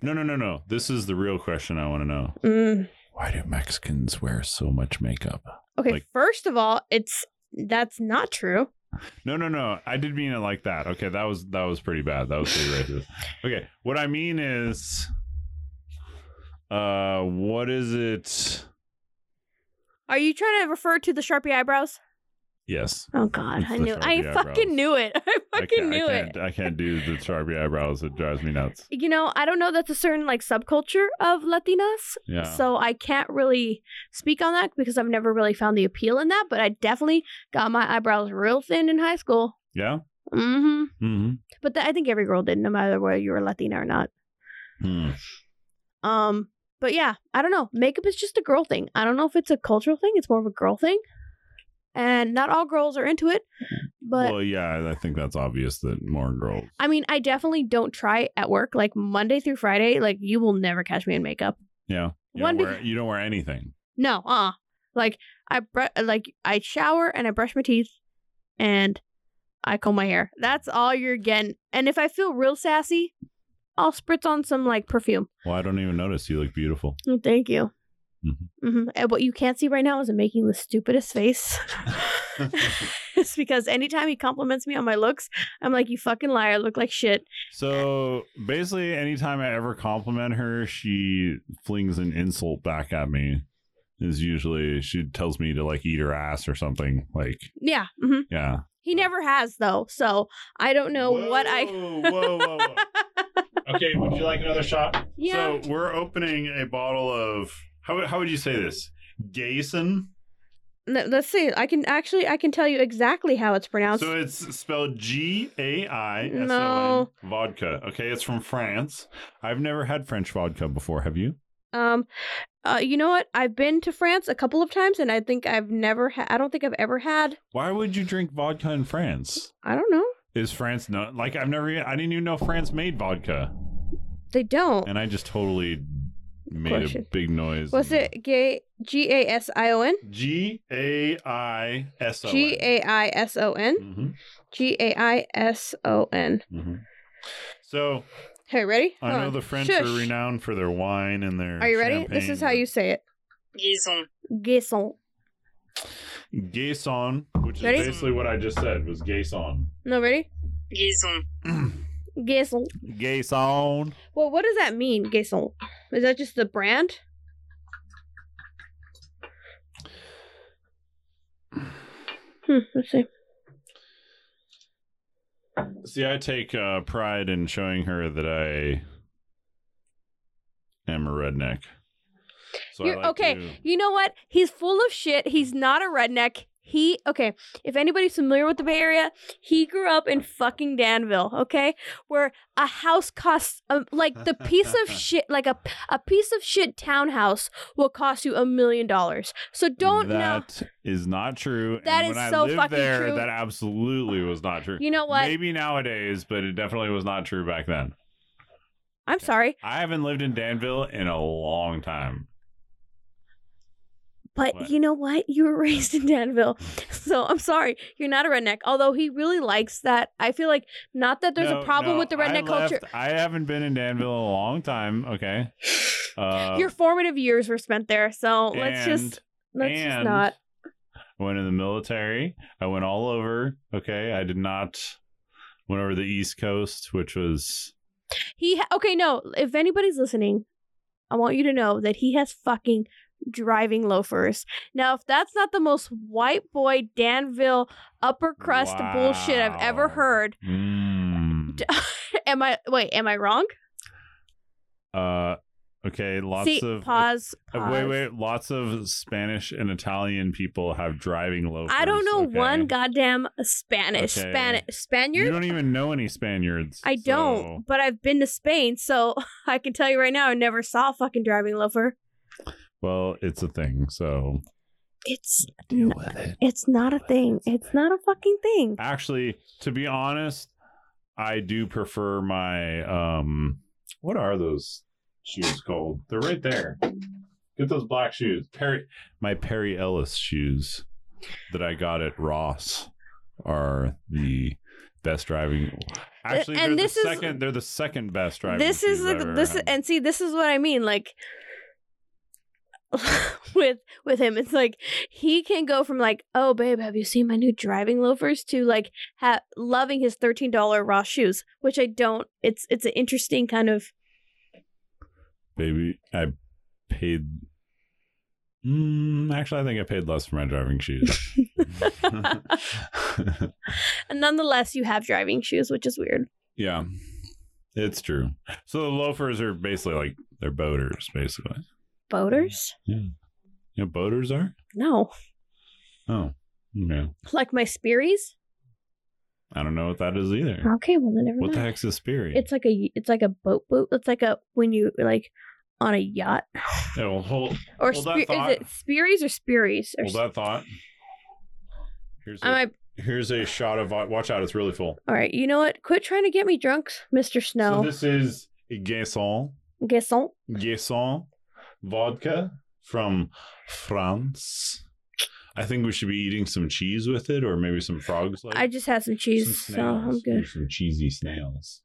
No, no, no, no. This is the real question I want to know.
mm.
Why do Mexicans wear so much makeup?
Okay.
Like-
first of all, it's that's not true.
No, no, no. I did mean it like that. Okay, that was that was pretty bad. That was pretty racist. Okay, what I mean is, uh, what is it?
Are you trying to refer to the sharpie eyebrows?
Yes,
Oh God, I
The
knew. I
Sharpie eyebrows.
fucking knew it. I fucking
can't-
knew
I
it.
can't, I can't do the Sharpie eyebrows. It drives me nuts.
You know, I don't know. That's a certain like subculture of Latinas,
Yeah.
so I can't really speak on that because I've never really found the appeal in that. But I definitely got my eyebrows real thin in high school.
yeah.
hmm
Mm-hmm.
But th- I think every girl did, no matter whether you were Latina or not.
Hmm.
Um, but yeah, I don't know. Makeup is just a girl thing. I don't know if it's a cultural thing. It's more of a girl thing, and not all girls are into it. But
well, yeah, I think that's obvious that more girls.
I mean, I definitely don't try at work. Like Monday through Friday, like you will never catch me in makeup.
Yeah. You,
One
don't
big-
wear, you don't wear anything.
No, uh. Like I br- like I shower and I brush my teeth and I comb my hair. That's all you're getting. And if I feel real sassy, I'll spritz on some like perfume.
Well, I don't even notice. You look beautiful.
Oh, Thank you.
Mhm.
Mhm. And what you can't see right now is I'm making the stupidest face. it's because anytime he compliments me on my looks, I'm like, you fucking liar, I look like shit.
So basically, anytime I ever compliment her, she flings an insult back at me. Is usually she tells me to like eat her ass or something. Like,
Yeah. hmm
yeah.
He never has though, so I don't know what I.
Whoa, whoa, whoa, whoa. okay, would you like another shot?
Yeah,
So we're opening a bottle of how how would you say this? Gayson.
Let- let's see. I can actually I can tell you exactly how it's pronounced.
So it's spelled G A I S O
No.
N vodka. Okay, it's from France. I've never had French vodka before. Have you?
Um, uh, you know what? I've been to France a couple of times, and I think I've never. Ha- I don't think I've ever had.
Why would you drink vodka in France?
I don't know.
Is France not like I've never? e, I didn't even know France made vodka,
They don't.
and I just totally made a
Question.
big noise.
Was it gay? G A S I O N.
G A I S O N?
G A I S O N.
Mhm,
G A I S O N.
mhm. So
Hey, ready?
I
Hold
know
on.
the French
Shush.
are renowned for their wine and their.
Are you ready? This is how
champagne.
you say it.
Gaison.
Gaison.
Gaison, which is
Ready?
basically what I just said, was Gaison.
No, ready?
Gaison.
Gaison.
Gaison.
Well, what does that mean, Gaison? Is that just the brand? Hmm, let's see.
See, I take uh, pride in showing her that I am a redneck. So I
You're-
like
okay.
to-
You know what? He's full of shit. He's not a redneck. He okay. If anybody's familiar with the Bay Area, he grew up in fucking Danville, okay, where a house costs um, like the piece of shit, like a a piece of shit townhouse will cost you a million dollars. So don't know.
That is not true.
That
and
is
when I
so
lived
fucking
there,
true.
That absolutely was not true.
You know what?
Maybe nowadays, but it definitely was not true back then.
I'm sorry,
I haven't lived in Danville in a long time.
but
What?
you know what? You were raised in Danville, so I'm sorry you're not a redneck. Although he really likes that. I feel like not that there's
No,
a problem
no,
with the
I left-
redneck culture.
I haven't been in Danville in a long time. Okay. Uh,
Your formative years were spent there, so let's just let's just
and
not.
I went in the military. I went all over. Okay. I did not went over the East Coast, which was
He ha- okay, no. If anybody's listening, I want you to know that he has fucking driving loafers. Now, if that's not the most white boy Danville upper crust
Wow.
bullshit I've ever heard,
mm,
am I? Wait, am I wrong?
uh okay, lots
See,
of
pause.
uh, wait,
pause.
wait, lots of Spanish and Italian people have driving loafers.
I don't know
okay?
one goddamn Spanish,
Okay.
Spanish,
You
Spaniard.
don't even know any Spaniards.
I don't,
so-
but I've been to Spain, so I can tell you right now, I never saw a fucking driving loafer.
Well, it's a thing, so
It's
deal with it.
it's not a thing. It's not a fucking thing.
Actually, to be honest, I do prefer my um what are those shoes called? They're right there. Get those black shoes. Perry my Perry Ellis shoes that I got at Ross are the best driving Actually,
and
they're
this
the
is-
second they're the second best driving.
this is
shoes I've
the,
ever um,
this
had.
and see this is what i mean like with with him it's like he can go from like oh babe have you seen my new driving loafers to like ha- loving his $13 raw shoes which i don't it's it's an interesting kind of
baby I paid Mm, actually, I think I paid less for my driving shoes.
and nonetheless you have driving shoes which is weird
Yeah, it's true. So the loafers are basically like they're boaters, basically.
boaters
You know, what boaters are.
Mm. no
Oh, no,
like my spearies
I don't know what that is either.
okay well then never
What the
mind
heck's a spirit?
it's like a it's like a boat boat it's like a when you like on a yacht
yeah, well, hold,
or
Hold that
spe- is
thought.
it spearies or spearies or
hold that thought. Here's a,
I might
here's a shot of vo- watch out. It's really full.
All right, you know what? Quit trying to get me drunk, Mr.
So
Snow.
this is Gaison
Guessant.
Gaison vodka from France. I think we should be eating some cheese with it, or maybe some frogs.
I just had some cheese,
Some
so I'm
snails.
good.
There's Some cheesy snails.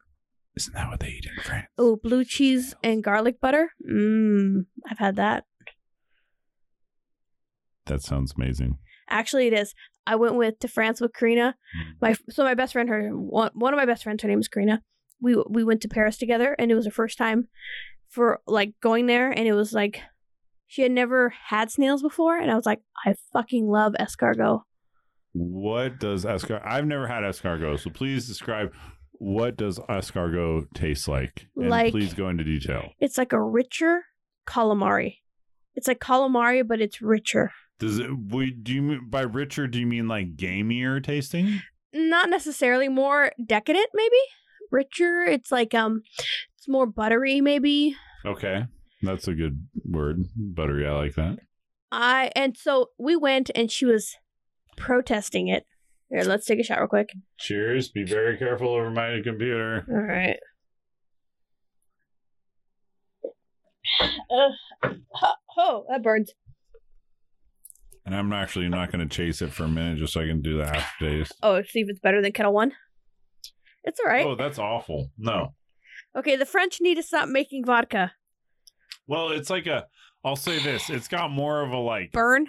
Isn't that what they eat in France?
Oh, blue cheese and garlic butter. Mmm, I've had that.
That sounds amazing.
Actually, it is. I went with to France with Karina. My so my best friend, her one one of my best friends, her name is Karina. We we went to Paris together, and it was her first time for like going there, and it was like she had never had snails before, and I was like, I fucking love escargot.
What does escargot? I've never had escargot, so please describe what does escargot taste like, and
Like-
please go into detail.
It's like a richer calamari. It's like calamari, but it's richer.
Does it? We, do you mean- by richer? Do you mean like gamier tasting?
Not necessarily more decadent, maybe richer. It's like um, it's more buttery, maybe.
Okay, that's a good word, buttery. I like that.
I and so we went, and she was protesting it. Here, let's take a shot real quick.
Cheers. Be very careful over my computer.
All right. oh, that burns.
And I'm actually not going to chase it for a minute just so I can do the aftertaste.
Oh, see if it's better than Kettle One. It's all right.
Oh, that's awful. No.
Okay, the French need to stop making vodka.
Well, it's like a. I'll say this. It's got more of a like.
Burn.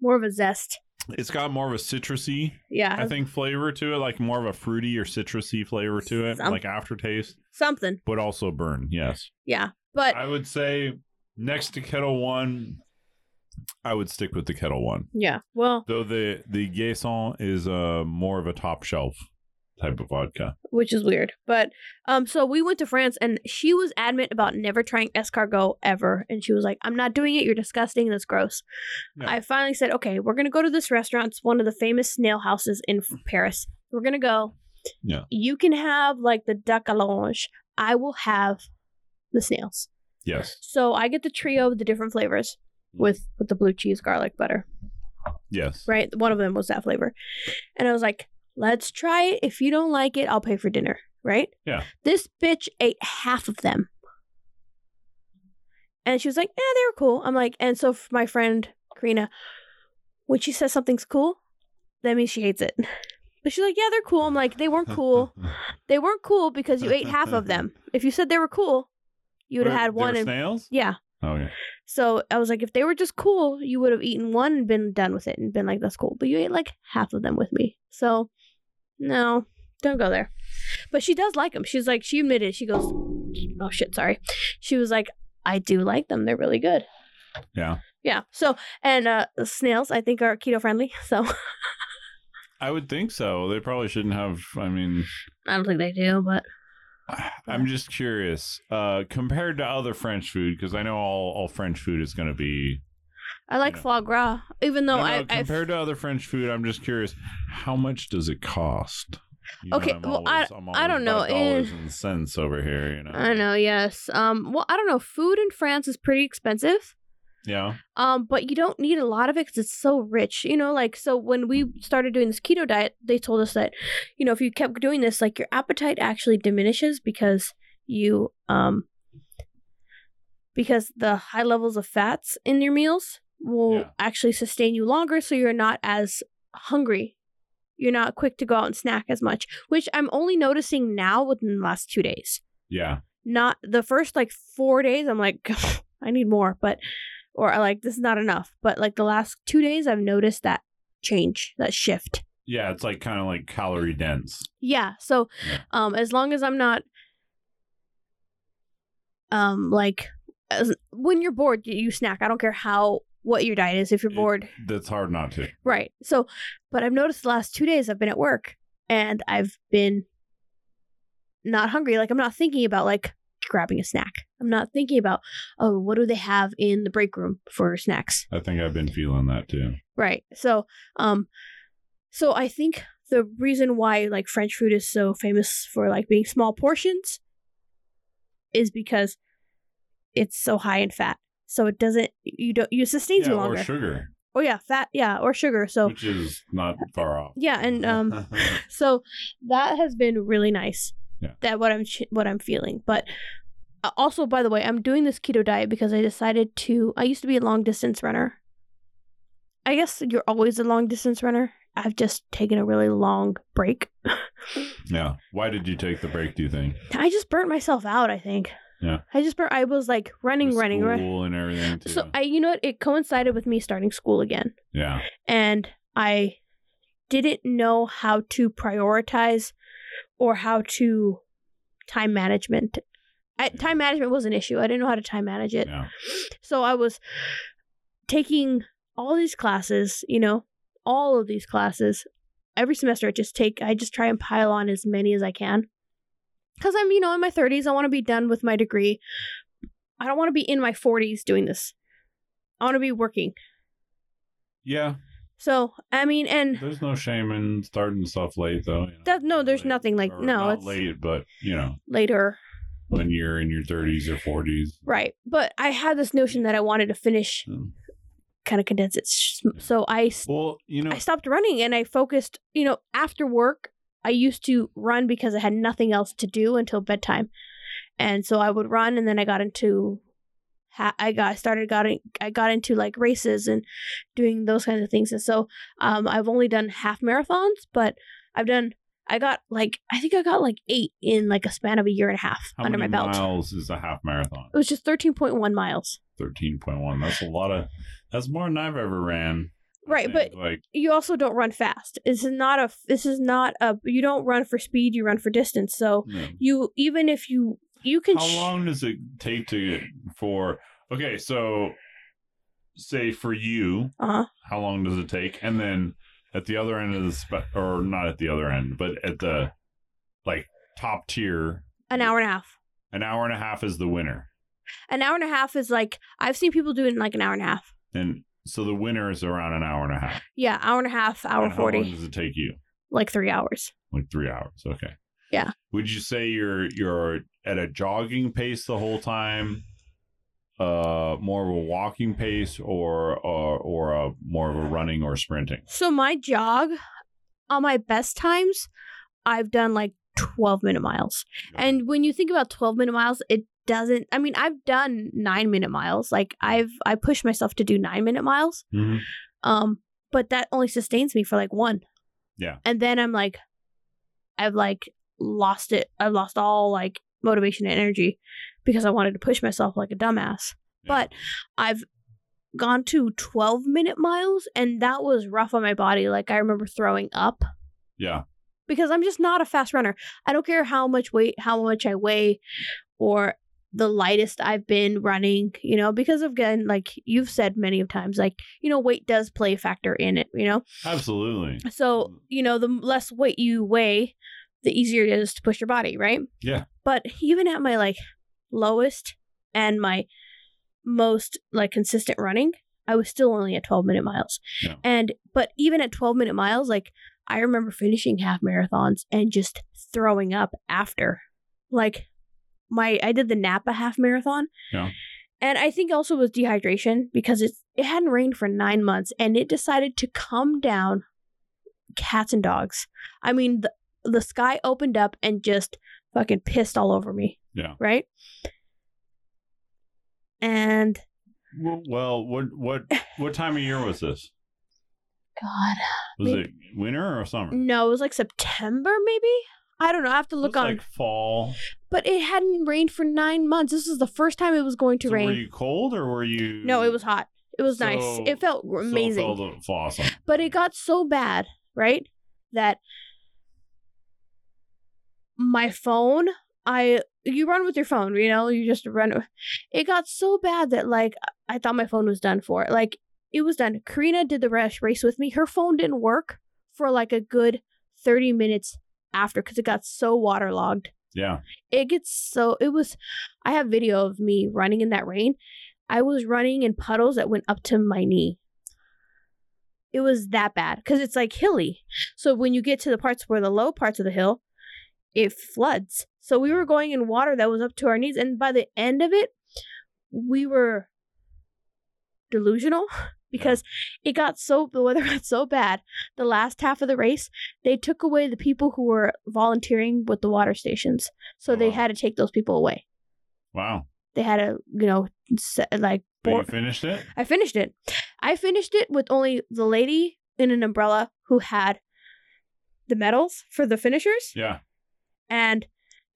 More of a zest.
It's got more of a citrusy,
Yeah,
I think, flavor to it. Like more of a fruity or citrusy flavor to it,
Some-
like aftertaste,
something.
but also burn. Yes.
Yeah, but
I would say next to Kettle One, I would stick with the Kettle One.
yeah. Well,
Though the the Gaison is uh, more of a top shelf type of vodka.
which is weird. But um, so we went to France, and she was adamant about never trying escargot ever. And she was like, "I'm not doing it. You're disgusting. and it's gross."
Yeah.
I finally said, "Okay, we're gonna go to this restaurant. It's one of the famous snail houses in F- Paris. We're gonna go.
Yeah.
You can have like the duck à l'orange. I will have the snails.
Yes.
So I get the trio of the different flavors
Mm.
with with the blue cheese, garlic, butter."
Yes.
right? One of them was that flavor. And I was like, let's try it. If you don't like it, I'll pay for dinner, right?
Yeah.
This bitch ate half of them. And she was like, yeah, they were cool. I'm like, and so f- my friend Karina, when she says something's cool, that means she hates it. But she's like, yeah, they're cool. I'm like, they weren't cool. they weren't cool because you ate half of them. If you said they were cool, you would have
Wait,
had
they were
one. And
snails. Oh,
yeah.
Okay.
So I was like, if they were just cool, you would have eaten one and been done with it and been like, that's cool. But you ate like half of them with me. So no, don't go there. But she does like them. She's like, she admitted, she goes, oh shit, sorry. She was like, I do like them. They're really good.
Yeah.
Yeah. So, and uh, snails, I think, are keto friendly. So
I would think so. They probably shouldn't have. I mean,
I don't think they do, but
I'm just curious. Uh, compared to other French food, because I know all, all French food is going to be.
I like
Yeah.
foie gras, even though
No,
I,
no,
I
compared to other French food, I'm just curious. How much does it cost? You
Okay,
I'm
well, I-
I'm
I don't know. eh.
about Dollars and cents over here. You know.
I know, yes. Um, well, I don't know. Food in France is pretty expensive.
Yeah.
Um, but you don't need a lot of it because it's so rich. You know, like so when we started doing this keto diet, they told us that, you know, if you kept doing this, like your appetite actually diminishes because you um because the high levels of fats in your meals will
Yeah.
actually sustain you longer, so you're not as hungry. You're not quick to go out and snack as much, which I'm only noticing now within the last two days
Yeah.
not the first like four days i'm like i need more but or I like this is not enough but like the last two days i've noticed that change that shift
Yeah. It's like kind of like calorie dense.
yeah so
Yeah.
um as long as i'm not um like as, when you're bored you, you snack i don't care how what your diet is if you're
It-
bored
That's hard not to.
right so but i've noticed the last two days i've been at work and i've been not hungry like i'm not thinking about like grabbing a snack i'm not thinking about oh what do they have in the break room for snacks
I think I've been feeling that too.
right so um so i think the reason why like french food is so famous for like being small portions is because it's so high in fat so it doesn't you don't you sustain
yeah,
you longer
or sugar,
oh yeah fat yeah or sugar so
which is not far off.
yeah and um so that has been really nice
Yeah.
that what i'm ch- what i'm feeling but uh, also by the way i'm doing this keto diet because i decided to i used to be a long distance runner i guess you're always a long distance runner i've just taken a really long break
yeah. Why did you take the break? Do you think?
i just burnt myself out i think
Yeah.
i just burnt i was like running
With
running running
school and everything. Too.
so i you know what it coincided with me starting school again
yeah.
and I didn't know how to prioritize or how to time management. I, time management was an issue. I didn't know how to time manage it.
Yeah.
So I was taking all these classes, you know, all of these classes, every semester I just take I just try and pile on as many as I can. Cuz I'm, you know, in my 30s, I want to be done with my degree. I don't want to be in my 40s doing this. I want to be working.
Yeah,
So, I mean, and
there's no shame in starting stuff late though. you know.
That- no, there's nothing like-
or
no,
not
it's-
late, but you know,
later
when you're in your 30s or 40s.
Right. But I had this notion that I wanted to finish,
Mm.
kind of condense it. S- So I, s-
Well, you know,
I stopped running and I focused, you know, after work, I used to run because I had nothing else to do until bedtime. And so I would run and then I got into ha- I got I started got in, I got into like races and doing those kinds of things. And so um I've only done half marathons, but I've done I got like I think I got like 8 in like a span of a year and a half
how
under my
many
belt.
miles is a half marathon?
It was just 13.1 miles.
13.1. That's a lot of, that's more than I've ever ran. I
Right,
think.
but-
like,
you also don't run fast. This is not a this is not a you don't run for speed, you run for distance. So
you know,
you even if you you can
how
sh-
long does it take to for okay so say for you
uh-huh.
how long does it take and then at the other end of the spe- or not at the other end but at the like top tier
an hour and a half.
an hour and a half is the winner
An hour and a half is like I've seen people do it in like an hour and a half.
and so the winner is around an hour and a half
Yeah, hour and a half, hour
And how long
forty,
does it take you
like three hours.
like three hours okay
Yeah.
would you say you're you're at a jogging pace the whole time uh more of a walking pace or or, or a more of a running or sprinting
So my jog, on my best times, I've done like twelve minute miles. And when you think about 12 minute miles, it doesn't I mean, I've done 9 minute miles. Like I've I pushed myself to do 9 minute miles.
Mhm.
Um but that only sustains me for like one.
Yeah.
And then I'm like I've like lost it. I've lost all like motivation and energy because I wanted to push myself like a dumbass. But I've gone to 12 minute miles and that was rough on my body. Like I remember throwing up
yeah
because I'm just not a fast runner. I don't care how much weight, how much I weigh, or the lightest I've been running, you know, because of again, like you've said many of times, like, you know, weight does play a factor in it, you know?
absolutely
So, you know, the less weight you weigh, the easier it is to push your body, right?
Yeah.
But even at my like lowest and my most like consistent running, I was still only at 12 minute miles.
Yeah.
And but even at 12 minute miles, like I remember finishing half marathons and just throwing up after. Like my I did the Napa half marathon.
Yeah.
And I think also was dehydration because it it hadn't rained for 9 months and it decided to come down cats and dogs. I mean, the, the sky opened up and just fucking pissed all over me.
Yeah.
Right? And
Well- well what what what time of year was this
God,
was
Maybe-
it winter or summer
no, it was like September, maybe? I don't know. I have to
It
look
was
on.
like fall
but it hadn't rained for nine months. This is the first time it was going to
So were
rain.
you cold or were you
No, it was hot. It was nice.
So-
It felt
So
amazing.
cold, so awesome
But it got so bad, right? That my phone, I you run with your phone, you know, you just run. It got so bad that like I thought my phone was done for. Like it was done. Karina did the rash race with me. Her phone didn't work for like a good 30 minutes after cuz it got so waterlogged
yeah
it gets so it was i have video of me running in that rain i was running in puddles that went up to my knee it was that bad because it's like hilly so when you get to the parts where the low parts of the hill it floods so we were going in water that was up to our knees and by the end of it we were delusional because it got so the weather got so bad the last half of the race they took away the people who were volunteering with the water stations so
Oh,
they
wow.
had to take those people away
wow
they had to you know set, like
But you
board.
finished it
i finished it i finished it with only the lady in an umbrella who had the medals for the finishers
yeah
and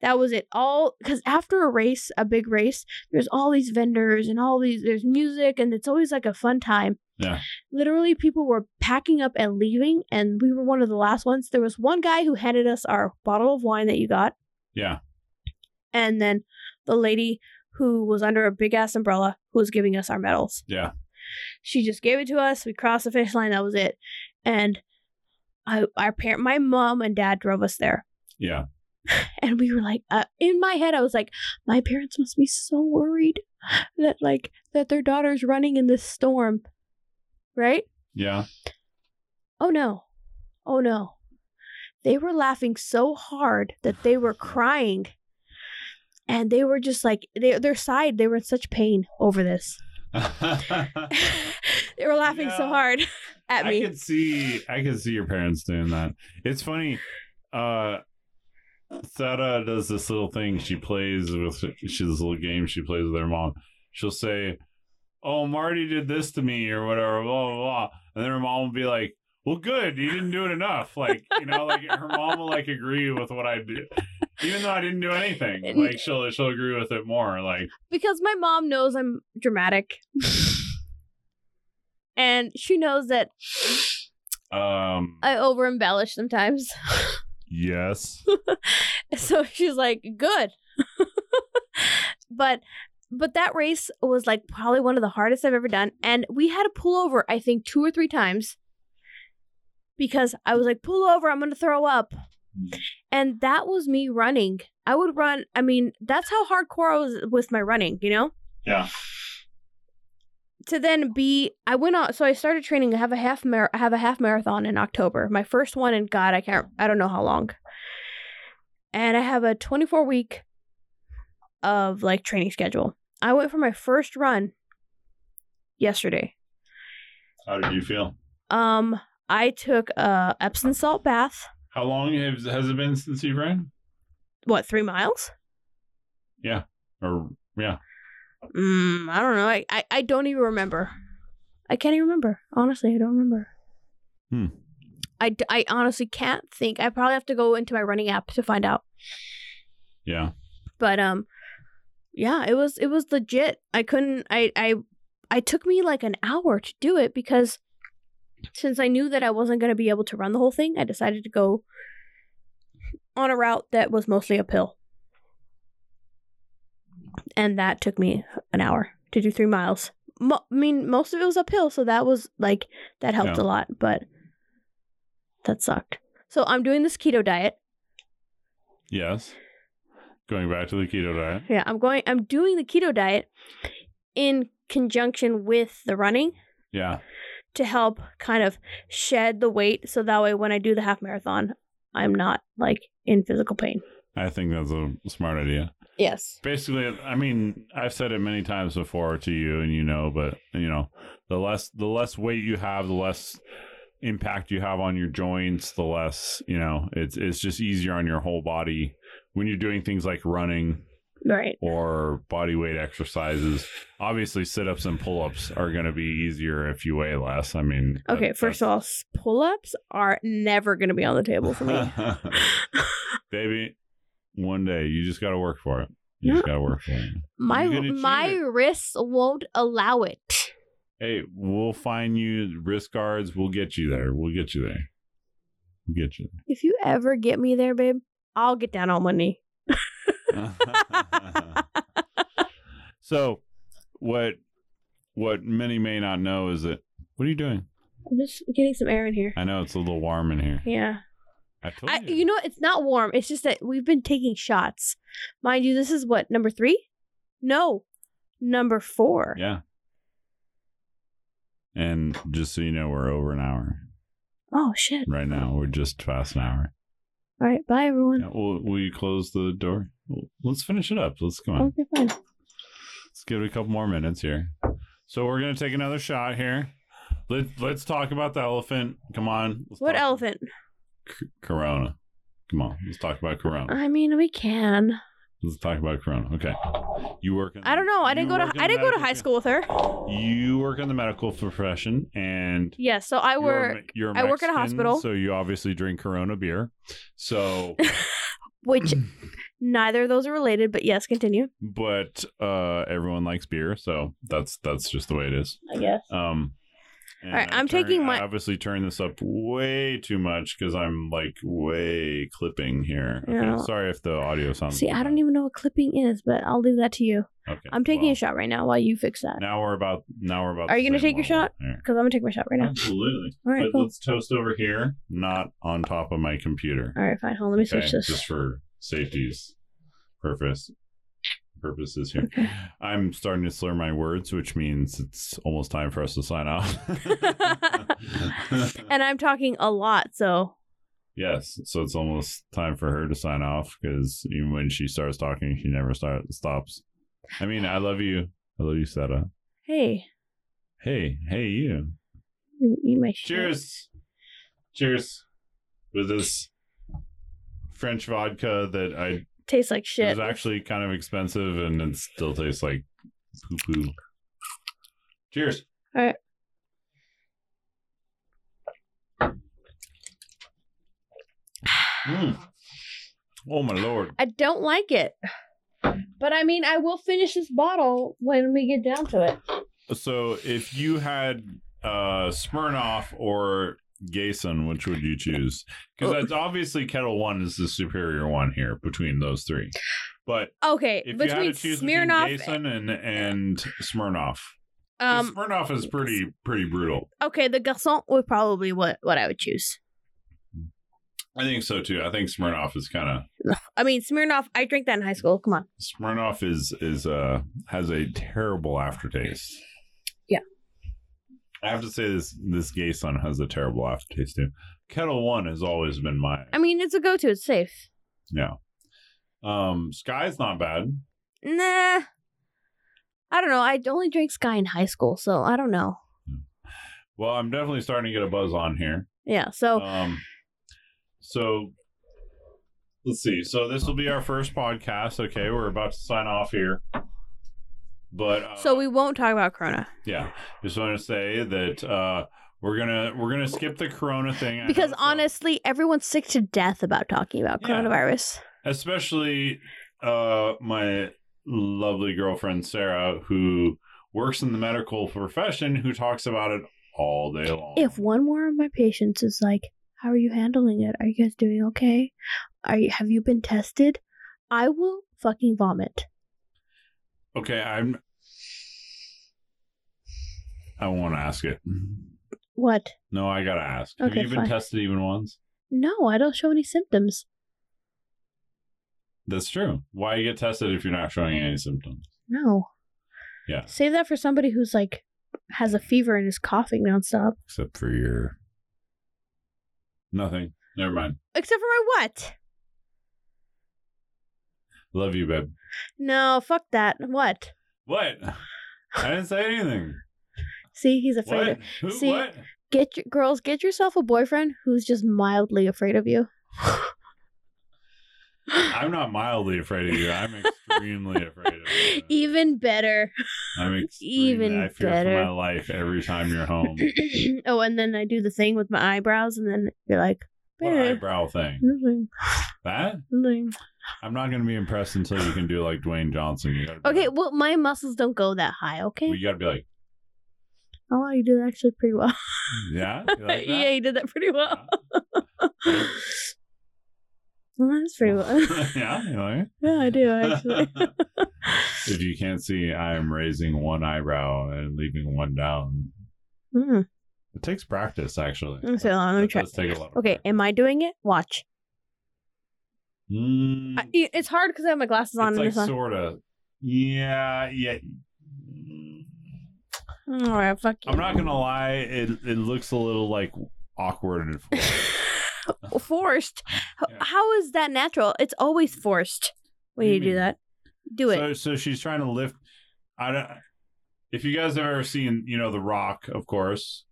that was it all because after a race a big race there's all these vendors and all these there's music and it's always like a fun time
Yeah.
literally people were packing up and leaving and we were one of the last ones there was one guy who handed us our bottle of wine that you got
yeah
and then the lady who was under a big ass umbrella who was giving us our medals
yeah
She just gave it to us. We crossed the finish line. That was it. And I, our parent, my mom and dad drove us there,
Yeah.
and we were like, uh, in my head, I was like, my parents must be so worried that like that their daughter's running in this storm, right?
Yeah.
Oh no. Oh no. They were laughing so hard that they were crying. And they were just like they, their side, they were in such pain over this. they were laughing so
Yeah.
hard at
I
me.
could see I could see your parents doing that. It's funny. Uh Sarah does this little thing. She plays with she's this little game she plays with her mom. She'll say, Oh, Marty did this to me or whatever, blah blah blah. And then her mom will be like, Well good, you didn't do it enough. Like, you know, like her mom will like agree with what I do. Even though I didn't do anything. Like she'll she'll agree with it more. Like
because my mom knows I'm dramatic. and she knows that
um
I over embellish sometimes.
Yes.
so she's like good but but that race was like probably one of the hardest i've ever done and we had to pull over i think two or three times because i was like pull over i'm gonna throw up and that was me running i would run i mean that's how hardcore i was with my running you know
Yeah.
to then be I went on so I started training I have a half mar- I have a half marathon in October. My first one in god I can't I don't know how long. And I have a 24 week of like training schedule. I went for my first run yesterday.
How did you feel?
Um I took a Epsom salt bath,
How long has has it been since you ran?
what, 3 miles?
Or yeah.
Mm, I don't know. I, I I don't even remember. I can't even remember. Honestly, I don't remember.
Hmm.
I, d- I honestly can't think. I probably have to go into my running app to find out.
Yeah.
but um yeah it was it was legit i couldn't i i i took me like an hour to do it because since i knew that i wasn't going to be able to run the whole thing i decided to go on a route that was mostly uphill and that took me an hour to do three miles Mo- i mean most of it was uphill so that was like that helped
Yeah.
a lot but that sucked so i'm doing this keto diet
Yes. Going back to the keto diet.
Yeah, I'm going. I'm doing the keto diet in conjunction with the running
Yeah.
to help kind of shed the weight, so that way when I do the half marathon, I'm not like in physical pain.
I think that's a smart idea.
Yes.
Basically, I mean, I've said it many times before to you and you know, but you know, the less the less weight you have, the less impact you have on your joints, the less, you know, it's it's just easier on your whole body when you're doing things like running
Right.
or body weight exercises. Obviously, sit-ups and pull-ups are going to be easier if you weigh less. I mean,
Okay.
that-
first of all, s- pull-ups are never going to be on the table for me.
Baby, one day you just got to work for it. You just got to work for it.
my
gonna cheat
my
it.
wrists won't allow it.
Hey, we'll find you wrist guards. We'll get you there. We'll get you there. We'll get you.
If you ever get me there, babe, I'll get down on one knee.
There. so, what what many may not know is that what are you doing?
I'm just getting some air in here.
I know it's a little warm in here.
Yeah.
I told
I, you know, it's not warm. It's just that we've been taking shots. Mind you, this is what, number three? No, number four.
Yeah. And just so you know, we're over an hour
Oh, shit.
right now. We're just past an hour.
All right. Bye, everyone.
Yeah, will, will you close the door? Let's finish it up. Let's come on.
Okay, fine.
Let's give it a couple more minutes here. So we're gonna take another shot here. Let Let's talk about the elephant. Come on. Let's
What
talk-
elephant?
C- corona. Come on. Let's talk about Corona.
I mean, we can.
Let's talk about Corona. Okay. You work. In,
I don't know. I
you
didn't go to
work in
I
the
didn't go to
medical
high
field.
school with her.
You work in the medical profession, and
Yeah, so I
you're a Me-
work,
You're a
I work at a
Mexican,
hospital.
so you obviously drink Corona beer. So
which neither of those are related, but yes, continue.
but uh everyone likes beer so that's that's just the way it is
I guess.
um and
All right,
I
I'm
turn-
taking my-
I obviously turned this up way too much because I'm like way clipping here. Okay,
Yeah.
Sorry if the audio sounds.
See, I don't even know what clipping is, but I'll leave that to you.
Okay.
I'm taking
well,
a shot right now while you fix that.
Now we're about. Now we're about.
Are
the
you gonna
same
take your
level.
shot?
All right.
Because I'm gonna take my shot right now.
Absolutely.
All right,
But
cool.
Let's toast over here, not on top of my computer.
All right, fine. Hold on, let me switch
Okay,
this.
just for safety's purpose purposes here. I'm starting to slur my words, which means it's almost time for us to sign off.
and I'm talking a lot, so
yes, so it's almost time for her to sign off because even when she starts talking, she never start, stops. I mean, I love you. I love you, Seta.
hey,
Hey, hey, you.
you eat my shit.
Cheers. Cheers. With this French vodka that I
Tastes like shit.
It was actually kind of expensive and it still tastes like poo poo. Cheers.
All right.
Mm. Oh my lord.
I don't like it. But I mean, I will finish this bottle when we get down to it.
So if you had uh Smirnoff or Gason, which would you choose?
Oh.
Because that's obviously Kettle One is the superior one here between those three. But
Okay,
if you had
between
to choose
Smirnoff,
between Gason and and Smirnoff, 'Cause
um,
Smirnoff is pretty pretty brutal.
okay, the garçon would probably what what I would choose.
I think so too. I think Smirnoff is kind of
I mean, Smirnoff. I drank that in high school. Come on.
Smirnoff is is uh has a terrible aftertaste.
Yeah.
I have to say this this Gason has a terrible aftertaste too. Kettle One has always been my
I mean, it's a go-to. It's safe.
yeah. Um, Sky's not bad.
Nah. I don't know. I only drank Sky in high school, so I don't know.
Well, I'm definitely starting to get a buzz on here.
Yeah. So
Um, so let's see. So this will be our first podcast. Okay, we're about to sign off here, but uh,
so we won't talk about Corona
Yeah, just want to say that uh, we're gonna we're gonna skip the Corona thing I
because
know, so-
honestly, everyone's sick to death about talking about
Yeah.
coronavirus.
especially uh, my lovely girlfriend Sarah, who works in the medical profession, who talks about it all day long.
If one more of my patients is like, "How are you handling it? Are you guys doing okay? Are you, have you been tested?" I will fucking vomit.
okay, I'm. I want to ask it.
What?
No, I gotta ask.
Okay,
Have you been
fine.
tested even once?
No, I don't show any symptoms.
That's true. Why you get tested if you're not showing any symptoms?
No.
Yeah,
Save that for somebody who's like has a fever and is coughing nonstop.
except for your nothing. Never mind.
Except for my what?
Love you, babe.
No, fuck that. What?
What? I didn't say anything.
See, he's afraid
What?
of
Who?
See-
What?
get your, girls, get yourself a boyfriend who's just mildly afraid of you.
I'm not mildly afraid of you. I'm extremely afraid of you.
Even better.
I'm
E- even
even I fear
better.
for my life every time you're home.
oh, and then I do the thing with my eyebrows, and then you're like,
What
"Eh,
eyebrow thing?
nothing,
That?
nothing."
I'm not gonna be impressed until you can do like Dwayne Johnson. You gotta be
Okay,
Like,
well, my muscles don't go that high. Okay,
well, you gotta be like,
oh, wow, you did actually pretty well.
yeah, you like that?
yeah, you did that pretty well.
Yeah.
well that's pretty well.
yeah, you like
yeah, I do actually.
it? if you can't see, I am raising one eyebrow and leaving one down.
mm,
It takes practice, actually.
so let me
That
try.
does take a lot of
Okay,
practice.
am I doing it? Watch.
Mm.
I, it's hard because I have my glasses on
it's
and
like
this on.
sort of yeah yeah Mm.
All right, fuck you.
i'm not gonna lie it it looks a little like awkward and
forced. H-
Yeah.
How is that natural? It's always forced when
What do
you,
you
do
mean?
that. Do it.
so so she's trying to lift i don't if you guys have ever seen you know the rock of course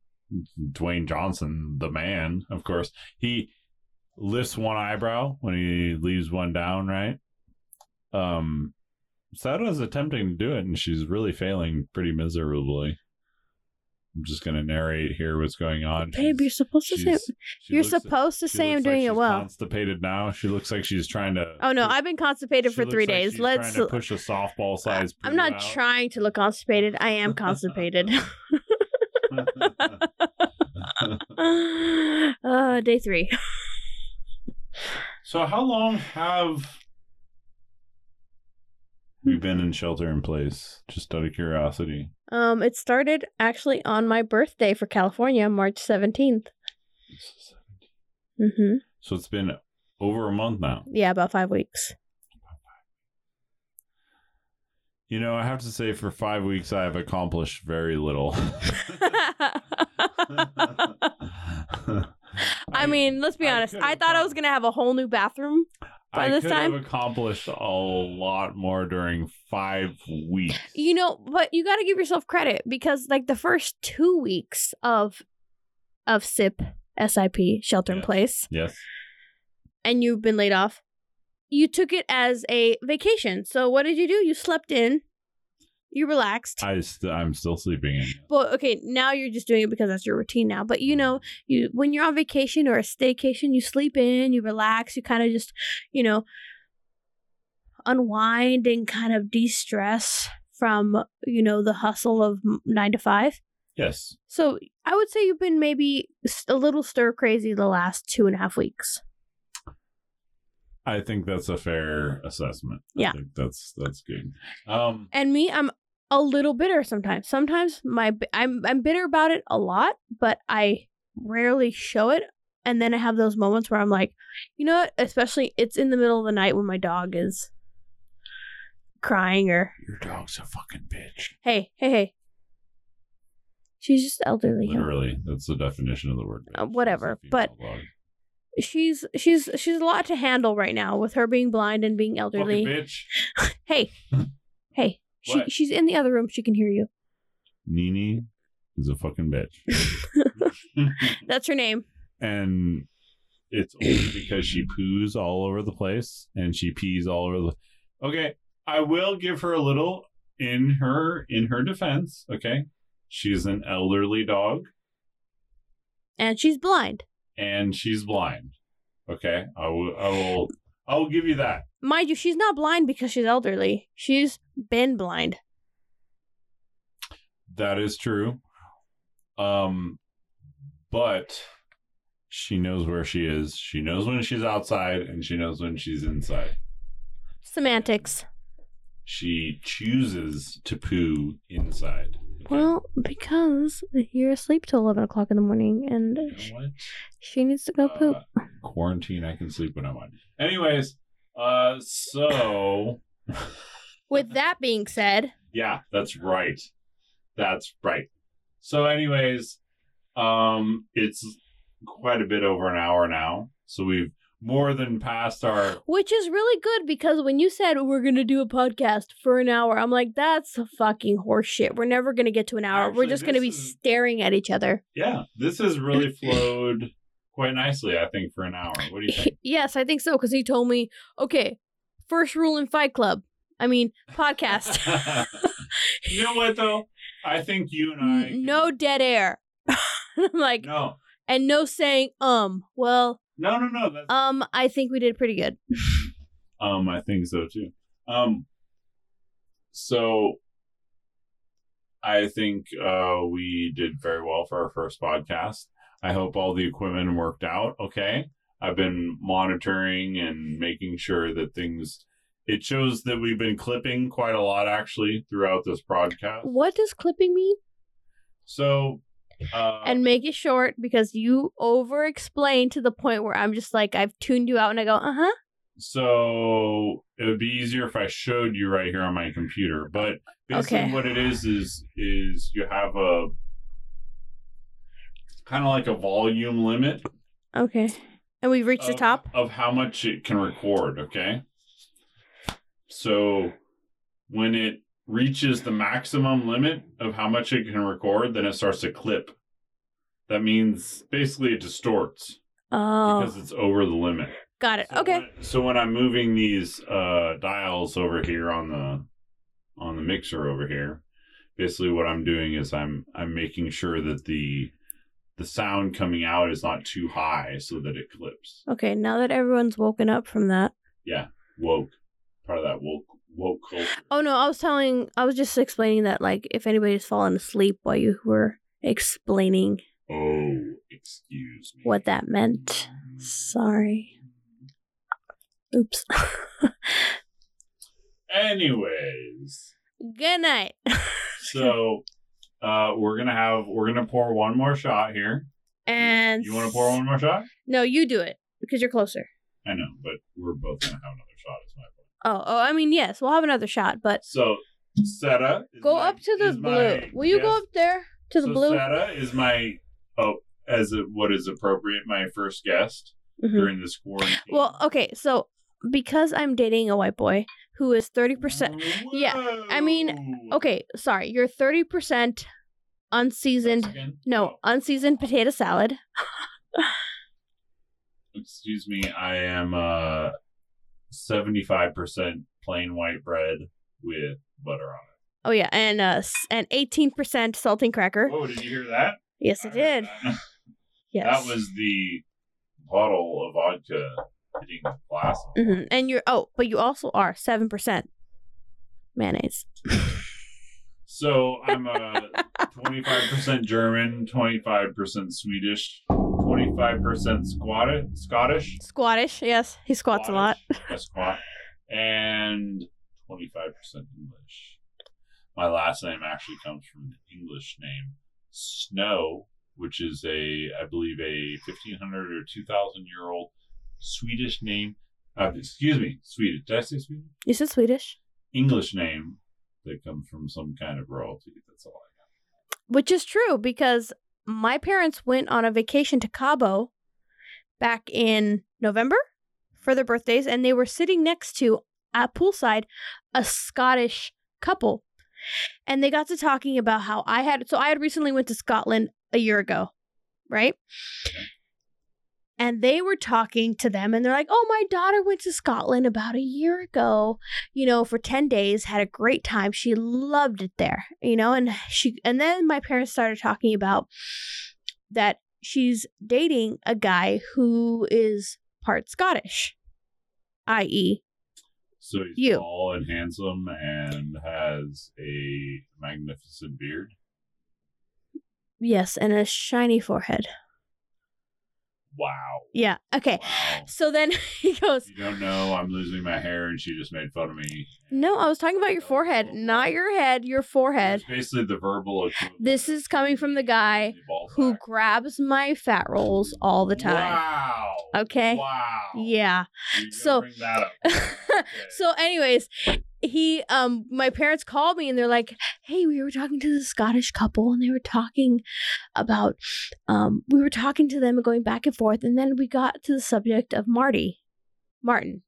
dwayne johnson the man of course he lifts one eyebrow when he leaves one down right um Sada's attempting to do it and she's really failing pretty miserably. I'm just gonna narrate here what's going on.
Babe, you're supposed to say
She's- she
you're
looks-
supposed to
she
say I'm
looks like
doing it
she's
well.
Constipated now. She looks like she's trying to.
oh no,
push-
I've been constipated
she
for
looks
three
like
days.
she's
Let's.
trying to push a softball size.
I'm not trying to look constipated. I am constipated. uh, day three.
so how long have We've been in shelter in place, just out of curiosity.
Um, it started actually on my birthday for California, March 17th. Mm-hmm.
So it's been over a month now.
Yeah, about five weeks.
You know, I have to say, for five weeks, I have accomplished very little.
I mean, let's be
I
honest.
could
I
have
thought I
gone-
was going to have a whole new bathroom. by
I
this
could
time-
have accomplished a lot more during five weeks.
You know, but you got to give yourself credit because like the first 2 weeks of of SIP, SIP, shelter in
Yes.
place,
yes,
and you've been laid off, you took it as a vacation. So what did you do? You slept in. You relaxed.
I st- I'm still sleeping in.
Well, okay, now you're just doing it because that's your routine now. But you know, you when you're on vacation or a staycation, you sleep in, you relax, you kind of just, you know, unwind and kind of de-stress from, you know, the hustle of m- 9 to 5.
Yes,
So, I would say you've been maybe s- a little stir crazy the last two and a half weeks.
I think that's a fair assessment. I
Yeah.
think that's that's good. Um,
And me, I'm a little bitter sometimes. Sometimes my bi- I'm I'm bitter about it a lot, but I rarely show it. And then I have those moments where I'm like, you know what? Especially it's in the middle of the night when my dog is crying or
your dog's a fucking bitch.
hey, hey, hey. She's just elderly.
Literally, that's the definition of the word. bitch.
Uh, whatever,
It's a
but-
female dog.
She's she's she's a lot to handle right now with her being blind and being
fucking
elderly.
bitch.
Hey. hey. She,
What?
she's in the other room. She can hear you.
Nini is a fucking bitch.
That's her name.
and it's only because she poos all over the place and she pees all over the okay i will give her a little in her in her defense okay she's an elderly dog
And she's blind.
and she's blind okay i will i will i will give you that
mind you, she's not blind because she's elderly. She's been blind.
that is true um but she knows where she is she knows when she's outside and she knows when she's inside
Semantics.
she chooses to poo inside. Okay.
Well, because you're asleep till eleven o'clock in the morning, and
You
sh-
know what?
she needs to go poop.
Uh, quarantine, I can sleep when I want. Anyways, uh, so
With that being said,
yeah, that's right. That's right. So, anyways, um, it's quite a bit over an hour now, so we've more than passed our
which is really good because when you said we're gonna do a podcast for an hour, I'm like, that's fucking horseshit. We're never gonna get to an hour. We're
Actually,
just gonna
this
be
is-
staring at each other.
yeah. This has really flowed quite nicely, I think, for an hour. What do you think?
yes, I think so because he told me, okay, first rule in Fight Club. I mean, podcast.
you know what though? I think you and I
N- no dead air. I'm like,
No.
and no saying um. Well,
No, no, no. That's,
um, I think we did pretty good.
um, I think so too. Um, so I think uh, we did very well for our first podcast. I hope all the equipment worked out okay. I've been monitoring and making sure that things. It shows that we've been clipping quite a lot actually throughout this broadcast.
What does clipping mean?
So, uh,
And make it short because you over explain to the point where I'm just like I've tuned you out and I go, uh huh.
So it would be easier if I showed you right here on my computer. But basically,
Okay.
what it is is is you have a kind of like a volume limit
Okay. And we've reached
of,
the top.
of how much it can record. Okay. So when it reaches the maximum limit of how much it can record, then it starts to clip. That means basically it distorts
Oh,
because it's over the limit.
got it.
So
okay.
when- so when I'm moving these uh, dials over here on the on the mixer over here, basically what I'm doing is I'm I'm making sure that the the sound coming out is not too high so that it clips.
Okay. Now that everyone's woken up from that.
Woke, part of that woke woke culture.
Oh no, I was telling, I was just explaining that like if anybody's fallen asleep while you were explaining
Oh, excuse me.
what that meant.
Hmm.
Sorry. Oops.
Anyways,
Good night.
so uh, we're gonna have we're gonna pour one more shot here.
And
You want to pour one more shot?
No, you do it because you're closer.
I know, but we're both gonna have another shot. Is my point.
Oh, oh, I mean, yes, we'll have another shot, but
So Seta, is
go
my-
up to the
is
blue.
my
Will you go
guest.
up there to the
so
blue?
Seta is my oh as a, what is appropriate my first guest
Mhm.
during this quarantine.
Well, okay, so because I'm dating a white boy who is 30%. uh, yeah, I mean,
Whoa.
Okay, sorry, you're 30% unseasoned.
Mexican?
No, unseasoned potato salad.
excuse me i am uh 75% plain white bread with butter on
Oh, yeah, and uh, s- and 18% salting cracker.
it whoa did you hear that
Yes, I
Oh, heard
did.
that.
Yes.
that was the bottle of vodka hitting the glass
Mhm, And you're, oh, but you also are 7% mayonnaise.
so i'm a 25% german 25% swedish 25% squatted, scottish
Squattish, yes. He squats a lot.
Squattish, I squat and 25% English. My last name actually comes from the English name Snow, which is a, I believe, a 1500 or 2000 year old Swedish name. Uh, excuse me, Swedish. Did I say Swedish?
You said Swedish,
English name that comes from some kind of royalty. That's all I
which is true because my parents went on a vacation to Cabo back in November for their birthdays, and they were sitting next to at poolside a Scottish couple, and they got to talking about how I had so I had recently went to Scotland a year ago, right? And they were talking to them, and they're like, "Oh, my daughter went to Scotland about a year ago, you know, for 10 days, had a great time. She loved it there, you know, and she and then my parents started talking about that she's dating a guy who is part Scottish. i.e.
So he's
You.
tall and handsome and has a magnificent beard.
yes, and a shiny forehead.
Wow.
Yeah. Okay.
Wow.
So then he goes,
If you don't know, I'm losing my hair, and she just made fun of me.
"No, I was talking about your forehead, not your head, your forehead."
It's basically the verbal. equivalent
This is coming from the guy
of ball
Who
sack.
grabs my fat rolls all the time.
Wow.
Okay?
Wow.
Yeah.
You gotta
So-
bring that up. Okay.
so anyways he um my parents called me and they're like hey we were talking to the scottish couple and they were talking about um we were talking to them and going back and forth and then we got to the subject of marty martin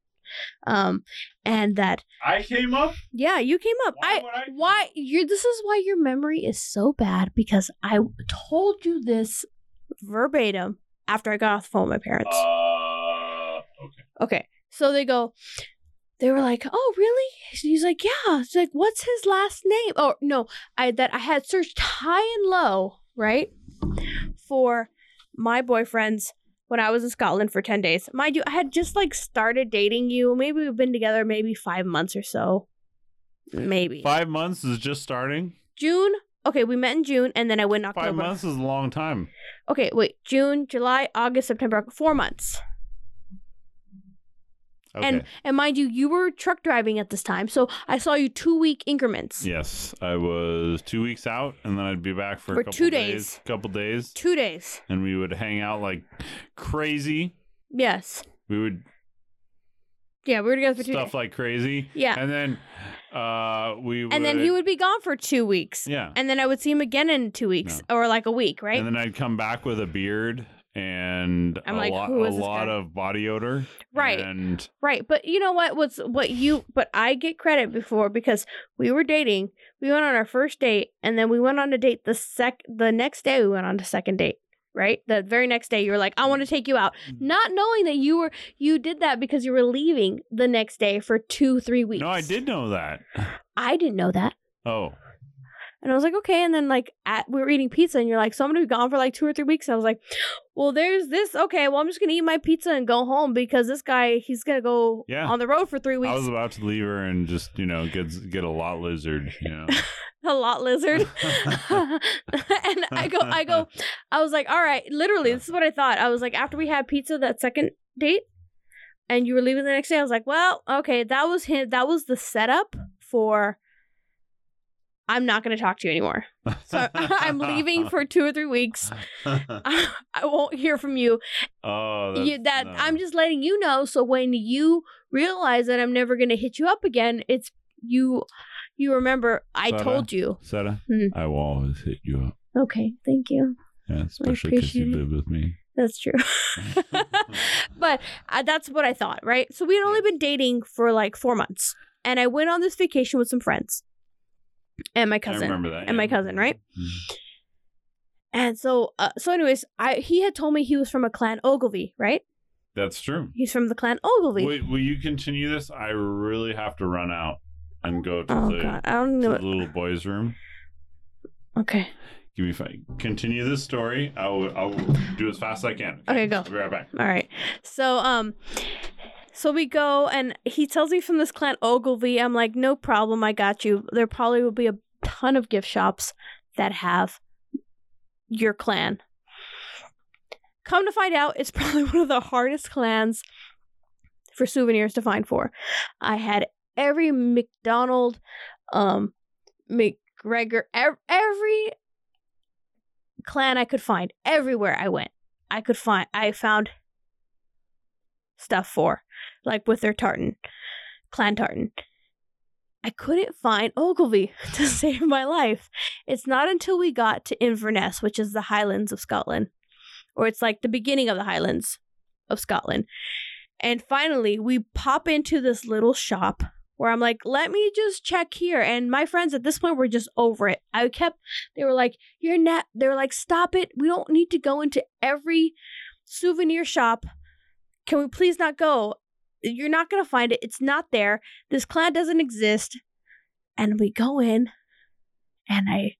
um and that
I came up.
yeah you came up
Why
i
would I?
why you this is why your memory is so bad because i told you this verbatim after i got off the phone with my parents
Uh, okay.
Okay. So they go, they were like, oh, really? He's like, yeah. It's like, what's his last name? Oh, no, I that I had searched high and low, right? For my boyfriends when I was in Scotland for 10 days. Mind you, I had just like started dating you. Maybe we've been together maybe five months or so. Maybe.
Five months is just starting.
June. Okay, we met in June and then I went in October.
Five months is a long time.
Okay, wait. June, July, August, September, four months.
Okay.
And and mind you, you were truck driving at this time, so I saw you two week increments.
yes, I was two weeks out, and then I'd be back for, a
For
couple
two days.
days. Couple days,
Two days.
and we would hang out like crazy.
Yes.
We would
Yeah, we were together for two
stuff
days.
like crazy.
yeah.
And then uh we would,
And then he would be gone for two weeks.
Yeah.
And then I would see him again in two weeks or like a week, right?
And then I'd come back with a beard and
I'm
a
like,
lot
"Who
a
is this
lot
guy?"
of body odor.
Right.
And
right. But you know what? What's what you but I get credit before because we were dating. We went on our first date and then we went on a date the sec the next day we went on to second date. Right? The very next day you were like, I want to take you out. Not knowing that you were you did that because you were leaving the next day for two, three weeks.
No, I did know that.
I didn't know that.
Oh.
And I was like, okay. And then like at we were eating pizza, and you're like, so I'm gonna be gone for like two or three weeks. And I was like, well, there's this. Okay, well, I'm just gonna eat my pizza and go home because this guy he's gonna go
Yeah.
on the road for three
I
weeks.
was about to leave her and just, you know, get get a lot lizard, you know.
a lot lizard. and I go, I go, I was like, all right, literally, this is what I thought. I was like, after we had pizza that second date, and you were leaving the next day. I was like, well, okay, that was him. That was the setup for. I'm not going to talk to you anymore. So I'm leaving for two or three weeks. I won't hear from you.
oh,
you
that's-
that
no.
I'm just letting you know. So when you realize that I'm never going to hit you up again, it's you. You remember I
Sarah?
told you.
Sarah,
Hmm.
I will always hit you up.
Okay, thank you.
Yeah, especially because you
appreciate it.
live with me.
That's true. but uh, that's what I thought, right? So we had only been dating for like four months, and I went on this vacation with some friends and my
I
cousin.
remember that. Mm-hmm.
and my cousin, right? And so, uh, so anyways, I he had told me he was from a clan Ogilvy, right?
That's true.
He's from the clan Ogilvy.
Wait, will you continue this? I really have to run out and go to,
oh
the,
god, I don't
to
know.
the little boy's room.
Okay,
Give me five. Continue this story. I'll, I'll do as fast as I can.
Okay, go.
I'll be right back.
all right. So um, so we go, and he tells me from this clan Ogilvy. I'm like, no problem, I got you. There probably will be a ton of gift shops that have your clan. Come to find out, it's probably one of the hardest clans for souvenirs to find for. I had every McDonald, um, McGregor, ev- every clan I could find. Everywhere I went, I could find. I found stuff for, like with their tartan, clan tartan. I couldn't find Ogilvy to save my life. It's not until we got to Inverness, which is the Highlands of Scotland, or it's like the beginning of the Highlands of Scotland. And finally, we pop into this little shop where I'm like, let me just check here. And my friends at this point were just over it. I kept, they were like, you're not, they were like, stop it. We don't need to go into every souvenir shop. Can we please not go? You're not going to find it. It's not there. This clan doesn't exist. And we go in and I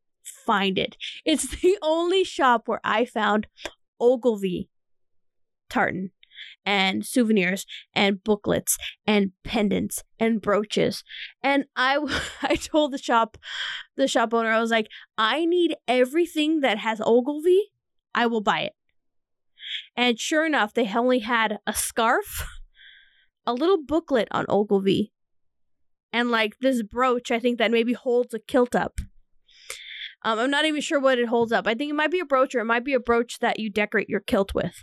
find it. It's the only shop where I found Ogilvy tartan and souvenirs and booklets and pendants and brooches. And I I told the shop the shop owner I was like, "I need everything that has Ogilvy. I will buy it." And sure enough, they only had a scarf, a little booklet on Ogilvy, and like this brooch I think that maybe holds a kilt up. Um, I'm not even sure what it holds up. I think it might be a brooch or it might be a brooch that you decorate your kilt with.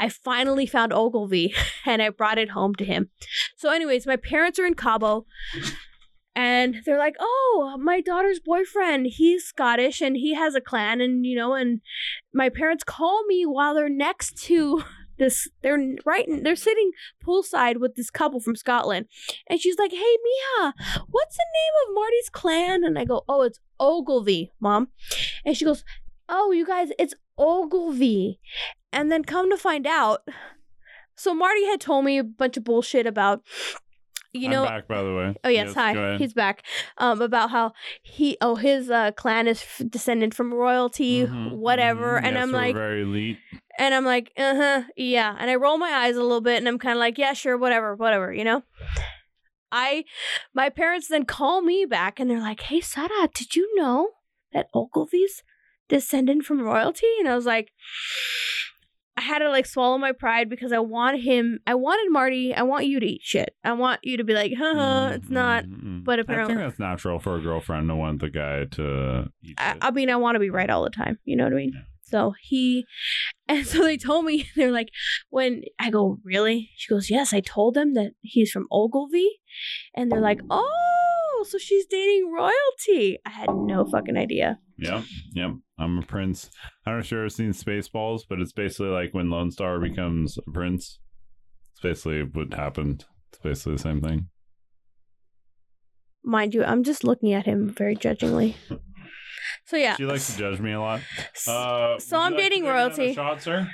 I finally found Ogilvy and I brought it home to him. So, anyways, my parents are in Cabo and they're like, oh, my daughter's boyfriend, he's Scottish and he has a clan. And, you know, and my parents call me while they're next to this, they're right, they're sitting poolside with this couple from Scotland. And she's like, hey, Mia, what's the name of Marty's clan? And I go, oh, it's Ogilvy, mom. And she goes, oh, you guys, it's Ogilvy. And then come to find out, so Marty had told me a bunch of bullshit about, you
I'm
know,
back by the way.
Oh yes,
go
hi.
ahead.
He's back. Um, about how he, oh, his uh, clan is f- descended from royalty,
Mhm,
whatever.
mhm.
And
Yes,
I'm
we're
like,
very elite.
and I'm like, uh huh, yeah. And I roll my eyes a little bit, and I'm kind of like, yeah, sure, whatever, whatever, you know. I, my parents then call me back, and they're like, hey, Sarah, did you know that Ogilvy's descended from royalty? And I was like, I had to like swallow my pride because I want him. I wanted Marty. I want you to eat shit. I want you to be like, huh, huh, Uh-huh, it's not.
Mhm, mhm.
but
I
apparently-
think that's natural for a girlfriend to want the guy to. Eat
I,
shit.
I mean, I want to be right all the time. You know what I mean? So he, and so they told me, they're like, when I go, really? She goes, yes, I told them that he's from Ogilvy. And they're like, oh, so she's dating royalty. I had no fucking idea.
Yep, yep. I'm a prince. I'm not sure if you've seen Spaceballs, but it's basically like when Lone Star becomes a prince. It's basically what happened. It's basically the same thing.
Mind you, I'm just looking at him very judgingly. So yeah.
She likes to judge me a lot.
S-
Uh, would
so
you
I'm
like to
dating
take another
royalty.
Shot, sir.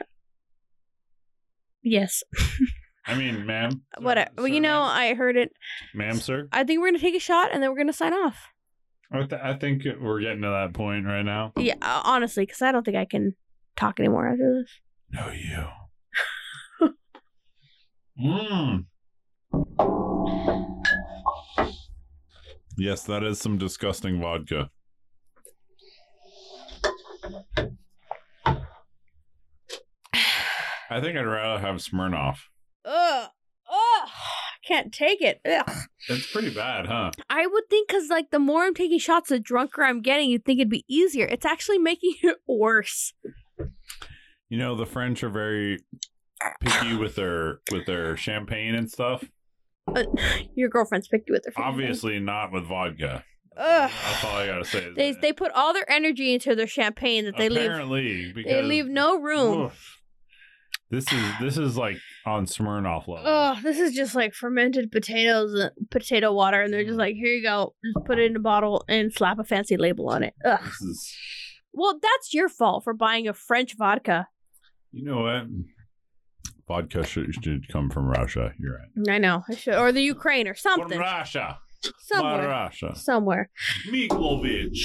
yes.
I mean, ma'am. Sir-
Whatever. Well,
sir,
you know,
ma'am.
I heard it.
ma'am, sir.
I think we're going to take a shot and then we're going to sign off.
I, th- I think we're getting to that point right now.
Yeah, uh, honestly, because I don't think I can talk anymore after this.
No, you. mm. Yes, that is some disgusting vodka. I think I'd rather have Smirnoff.
Ugh. can't take it. Ugh.
It's pretty bad, huh?
I would think because like the more I'm taking shots, the drunker I'm getting. You'd think it'd be easier. It's actually making it worse.
You know, the French are very picky with their with their champagne and stuff.
Your girlfriend's picked you with their finger.
Obviously, not with vodka.
Ugh.
That's all I gotta say. is
They
that
they put all their energy into their champagne that they leave.
apparently because
They leave no room.
Oof. This is this is like on Smirnoff level.
Oh, this is just like fermented potatoes, and potato water, and they're just like, here you go, just put it in a bottle and slap a fancy label on it. Ugh.
This is,
Well, that's your fault for buying a French vodka.
you know what? Vodka should, should come from Russia. You're right.
I know, I should, or the Ukraine or
From
something,
Russia.
somewhere,
Russia.
somewhere.
Miklovich.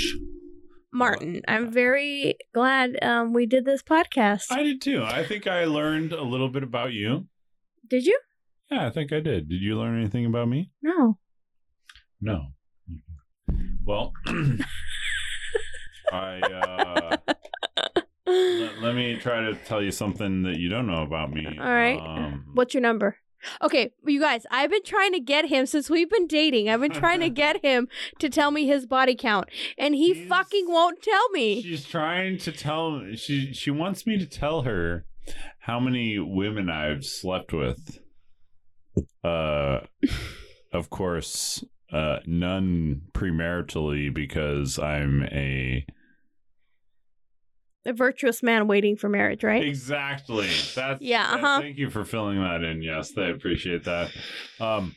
Martin, I'm very glad um, we did this podcast.
I did too. I think I learned a little bit about you.
Did you?
Yeah, I think I did. Did you learn anything about me?
No.
No. Well, I uh, let, let me try to tell you something that you don't know about me.
All right.
Um,
What's your number? Okay, you guys, I've been trying to get him since we've been dating. I've been trying to get him to tell me his body count, and he
He's-
fucking won't tell me.
She's trying to tell she she wants me to tell her how many women I've slept with. Uh of course, uh none premaritally because I'm a
A virtuous man waiting for marriage, right?
Exactly. That's
Yeah,
that-
uh-huh.
thank you for filling that in. Yes, I appreciate that. Um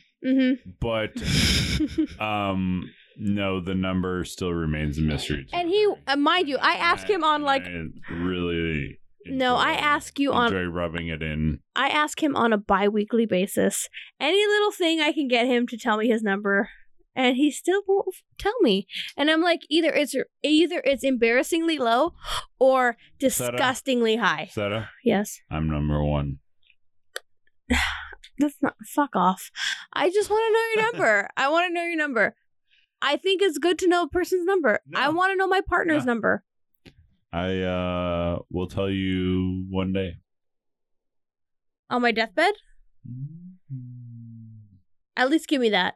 but
Mm-hmm.
um no, the number still remains a mystery. to
and
me.
he, uh, mind you, I asked him on
And
like,
I really
no, I
enjoy-
ask you on
enjoy rubbing it in.
I ask him on a bi weekly basis. Any little thing I can get him to tell me his number, and he still won't f- tell me. And I'm like, either it's either it's embarrassingly low or
up.
disgustingly high.
Seta,
Yes.
I'm number one.
That's not fuck off. I just want to know your number. I want to know your number. I think it's good to know a person's number.
No.
I want to know my partner's number.
I uh, will tell you one day.
On my deathbed? At least give me that.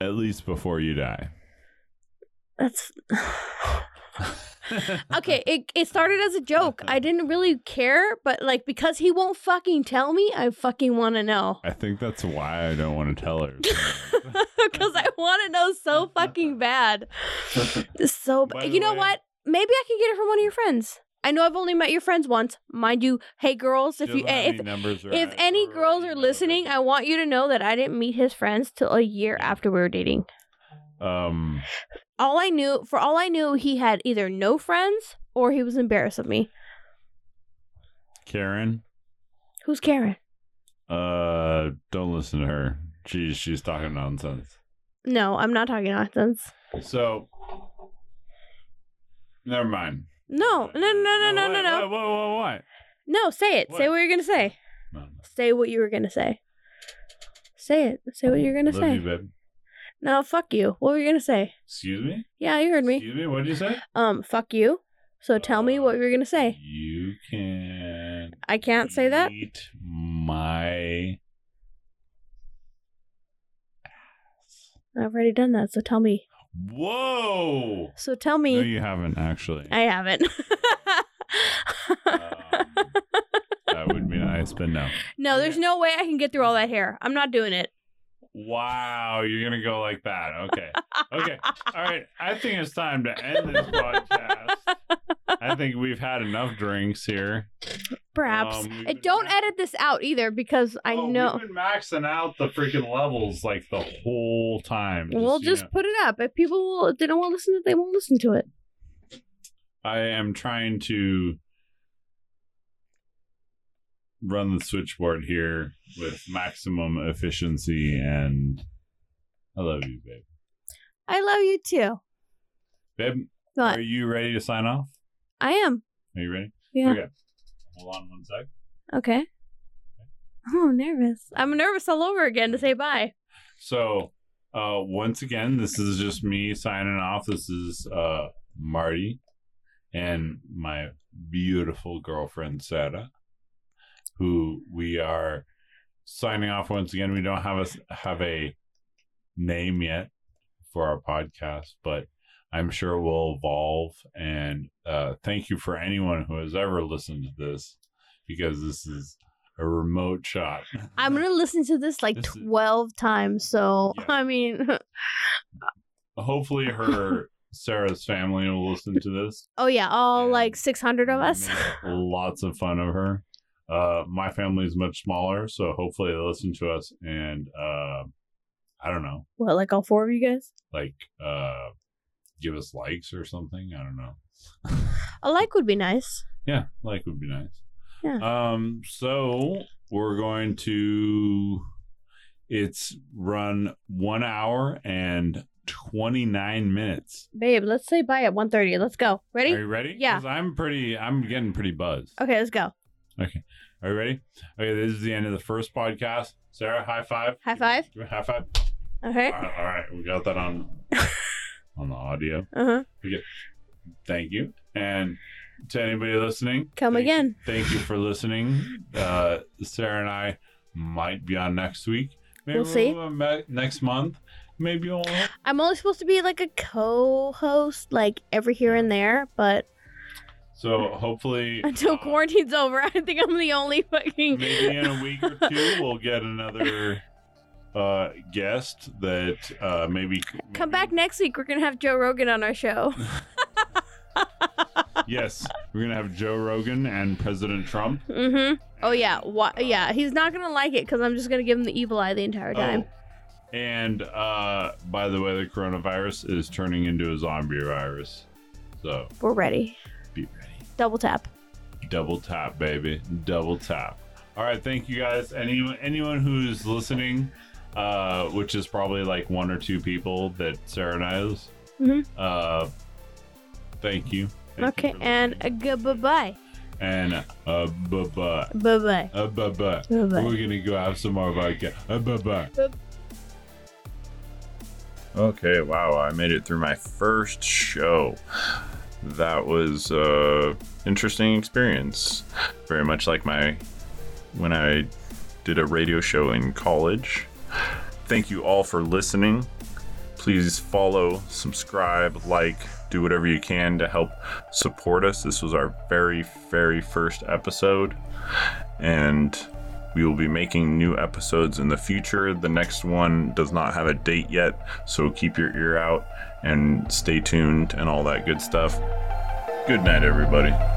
At least before you die.
That's okay it, it started as a joke i didn't really care but like because he won't fucking tell me i fucking want to know
I think that's why I don't want to tell her.
because i want to know so fucking bad It's so
By
bad
the
you know
way-
what maybe i can get it from one of your friends i know i've only met your friends once mind you hey girls if
She'll
you eh,
have
if
any numbers or
if
I-
any
or
girls
email
are
her.
listening i want you to know that i didn't meet his friends till a year after we were dating
um,
all i knew for all i knew he had either no friends or he was embarrassed of me
Karen,
who's karen
uh, don't listen to her. She's she's talking nonsense.
No, I'm not talking nonsense.
So, never mind.
No, no, no, no, no, no, no.
What? What? What? what?
No, say it. Say
What?
what you're gonna say.
No,
Say what you were gonna say. Say it. Say what you're
no.
gonna
Love you,
say.
babe.
No, fuck you. What were you gonna say?
Excuse me.
Yeah, you heard me.
Excuse Uh, me. What did you say?
Um, fuck you. So tell me what you were gonna say.
You can
I can't say that.
Eat my
I've already done that. So tell me.
whoa.
So tell
No,
me.
you haven't actually.
I haven't.
Um, that would be nice, but no.
no, there's no way I can get through all that hair. I'm not doing it.
Wow, you're gonna go like that. Okay, okay, all right. I think it's time to end this podcast. I think we've had enough drinks here.
Perhaps.
Um, we've
Uh,
been
don't
max-
edit this out either because I
Oh,
know.
we've been maxing out the freaking levels like the whole time.
we'll
you
just
know.
put it up. If people will, if they don't want to listen to it, they won't listen to it.
I am trying to run the switchboard here with maximum efficiency and I love you, babe.
I love you too.
Babe,
But
are you ready to sign off?
I am.
Are you ready?
Yeah.
Okay. Hold on one sec.
Okay. Oh, I'm nervous. I'm nervous all over again to say bye.
So, uh, once again, this is just me signing off. This is uh, Marty and my beautiful girlfriend, Sarah, who we are signing off once again. We don't have a have a name yet for our podcast, but I'm sure we'll evolve. And uh, thank you for anyone who has ever listened to this, because this is a remote shot.
I'm gonna listen to this like
This is-
twelve times. So
Yeah.
I mean,
Hopefully, her Sarah's family will listen to this.
oh yeah, all
Yeah.
like six hundred of us.
Made lots of fun of her. Uh, my family is much smaller, so hopefully they listen to us. And uh, I don't know,
What, like all four of you guys?
like uh, give us likes or something. I don't know.
A like would be nice.
Yeah, like would be nice.
Yeah.
Um. So we're going to. It's run one hour and twenty nine minutes.
Babe, let's say bye at 1.30. Let's go. Ready?
Are you ready?
Yeah.
'Cause I'm pretty. I'm getting pretty buzzed.
Okay, let's go.
Are you ready? Okay, this is the end of the first podcast. Sarah, high five.
High five?
Give me a High five.
Okay.
All right, all right, we got that on on the audio.
Uh-huh.
Thank you. And to anybody listening,
Come
thank,
again.
Thank you for listening. Uh, Sarah and I might be on next week. Maybe
We'll see.
be back next month. Maybe we'll.
I'm only supposed to be like a co-host, like every here and there, but
So hopefully,
until
uh,
quarantine's over, I think I'm the only fucking.
maybe in a week or two, we'll get another uh, guest that uh, maybe maybe-
Come back next week. We're gonna have Joe Rogan on our show.
Yes, we're gonna have Joe Rogan and President Trump.
Mm-hmm. Oh yeah. Why? Yeah. He's not gonna like it because I'm just gonna give him the evil eye the entire time.
Oh, and uh, by the way, the coronavirus is turning into a zombie virus. So
We're ready.
be ready.
Double tap.
Double tap, baby. Double tap. All right, thank you guys. Anyone, anyone who's listening, uh, which is probably like one or two people that Sarah knows.
Mhm.
Uh, thank you. Thank you
okay.
for
And a
listening.
good bye
and uh, bye bye,
bye. Bye
uh, bye bye.
bye. Bye
We're
bye.
gonna go have some more vodka. Uh, bye bye.
Okay, wow, I made it through my first show. That was uh interesting experience. Very much like my when I did a radio show in college. Thank you all for listening. Please follow, subscribe, like, do whatever you can to help support us. This was our very, very first episode. And we will be making new episodes in the future. The next one does not have a date yet, so keep your ear out and stay tuned and all that good stuff. Good night, everybody.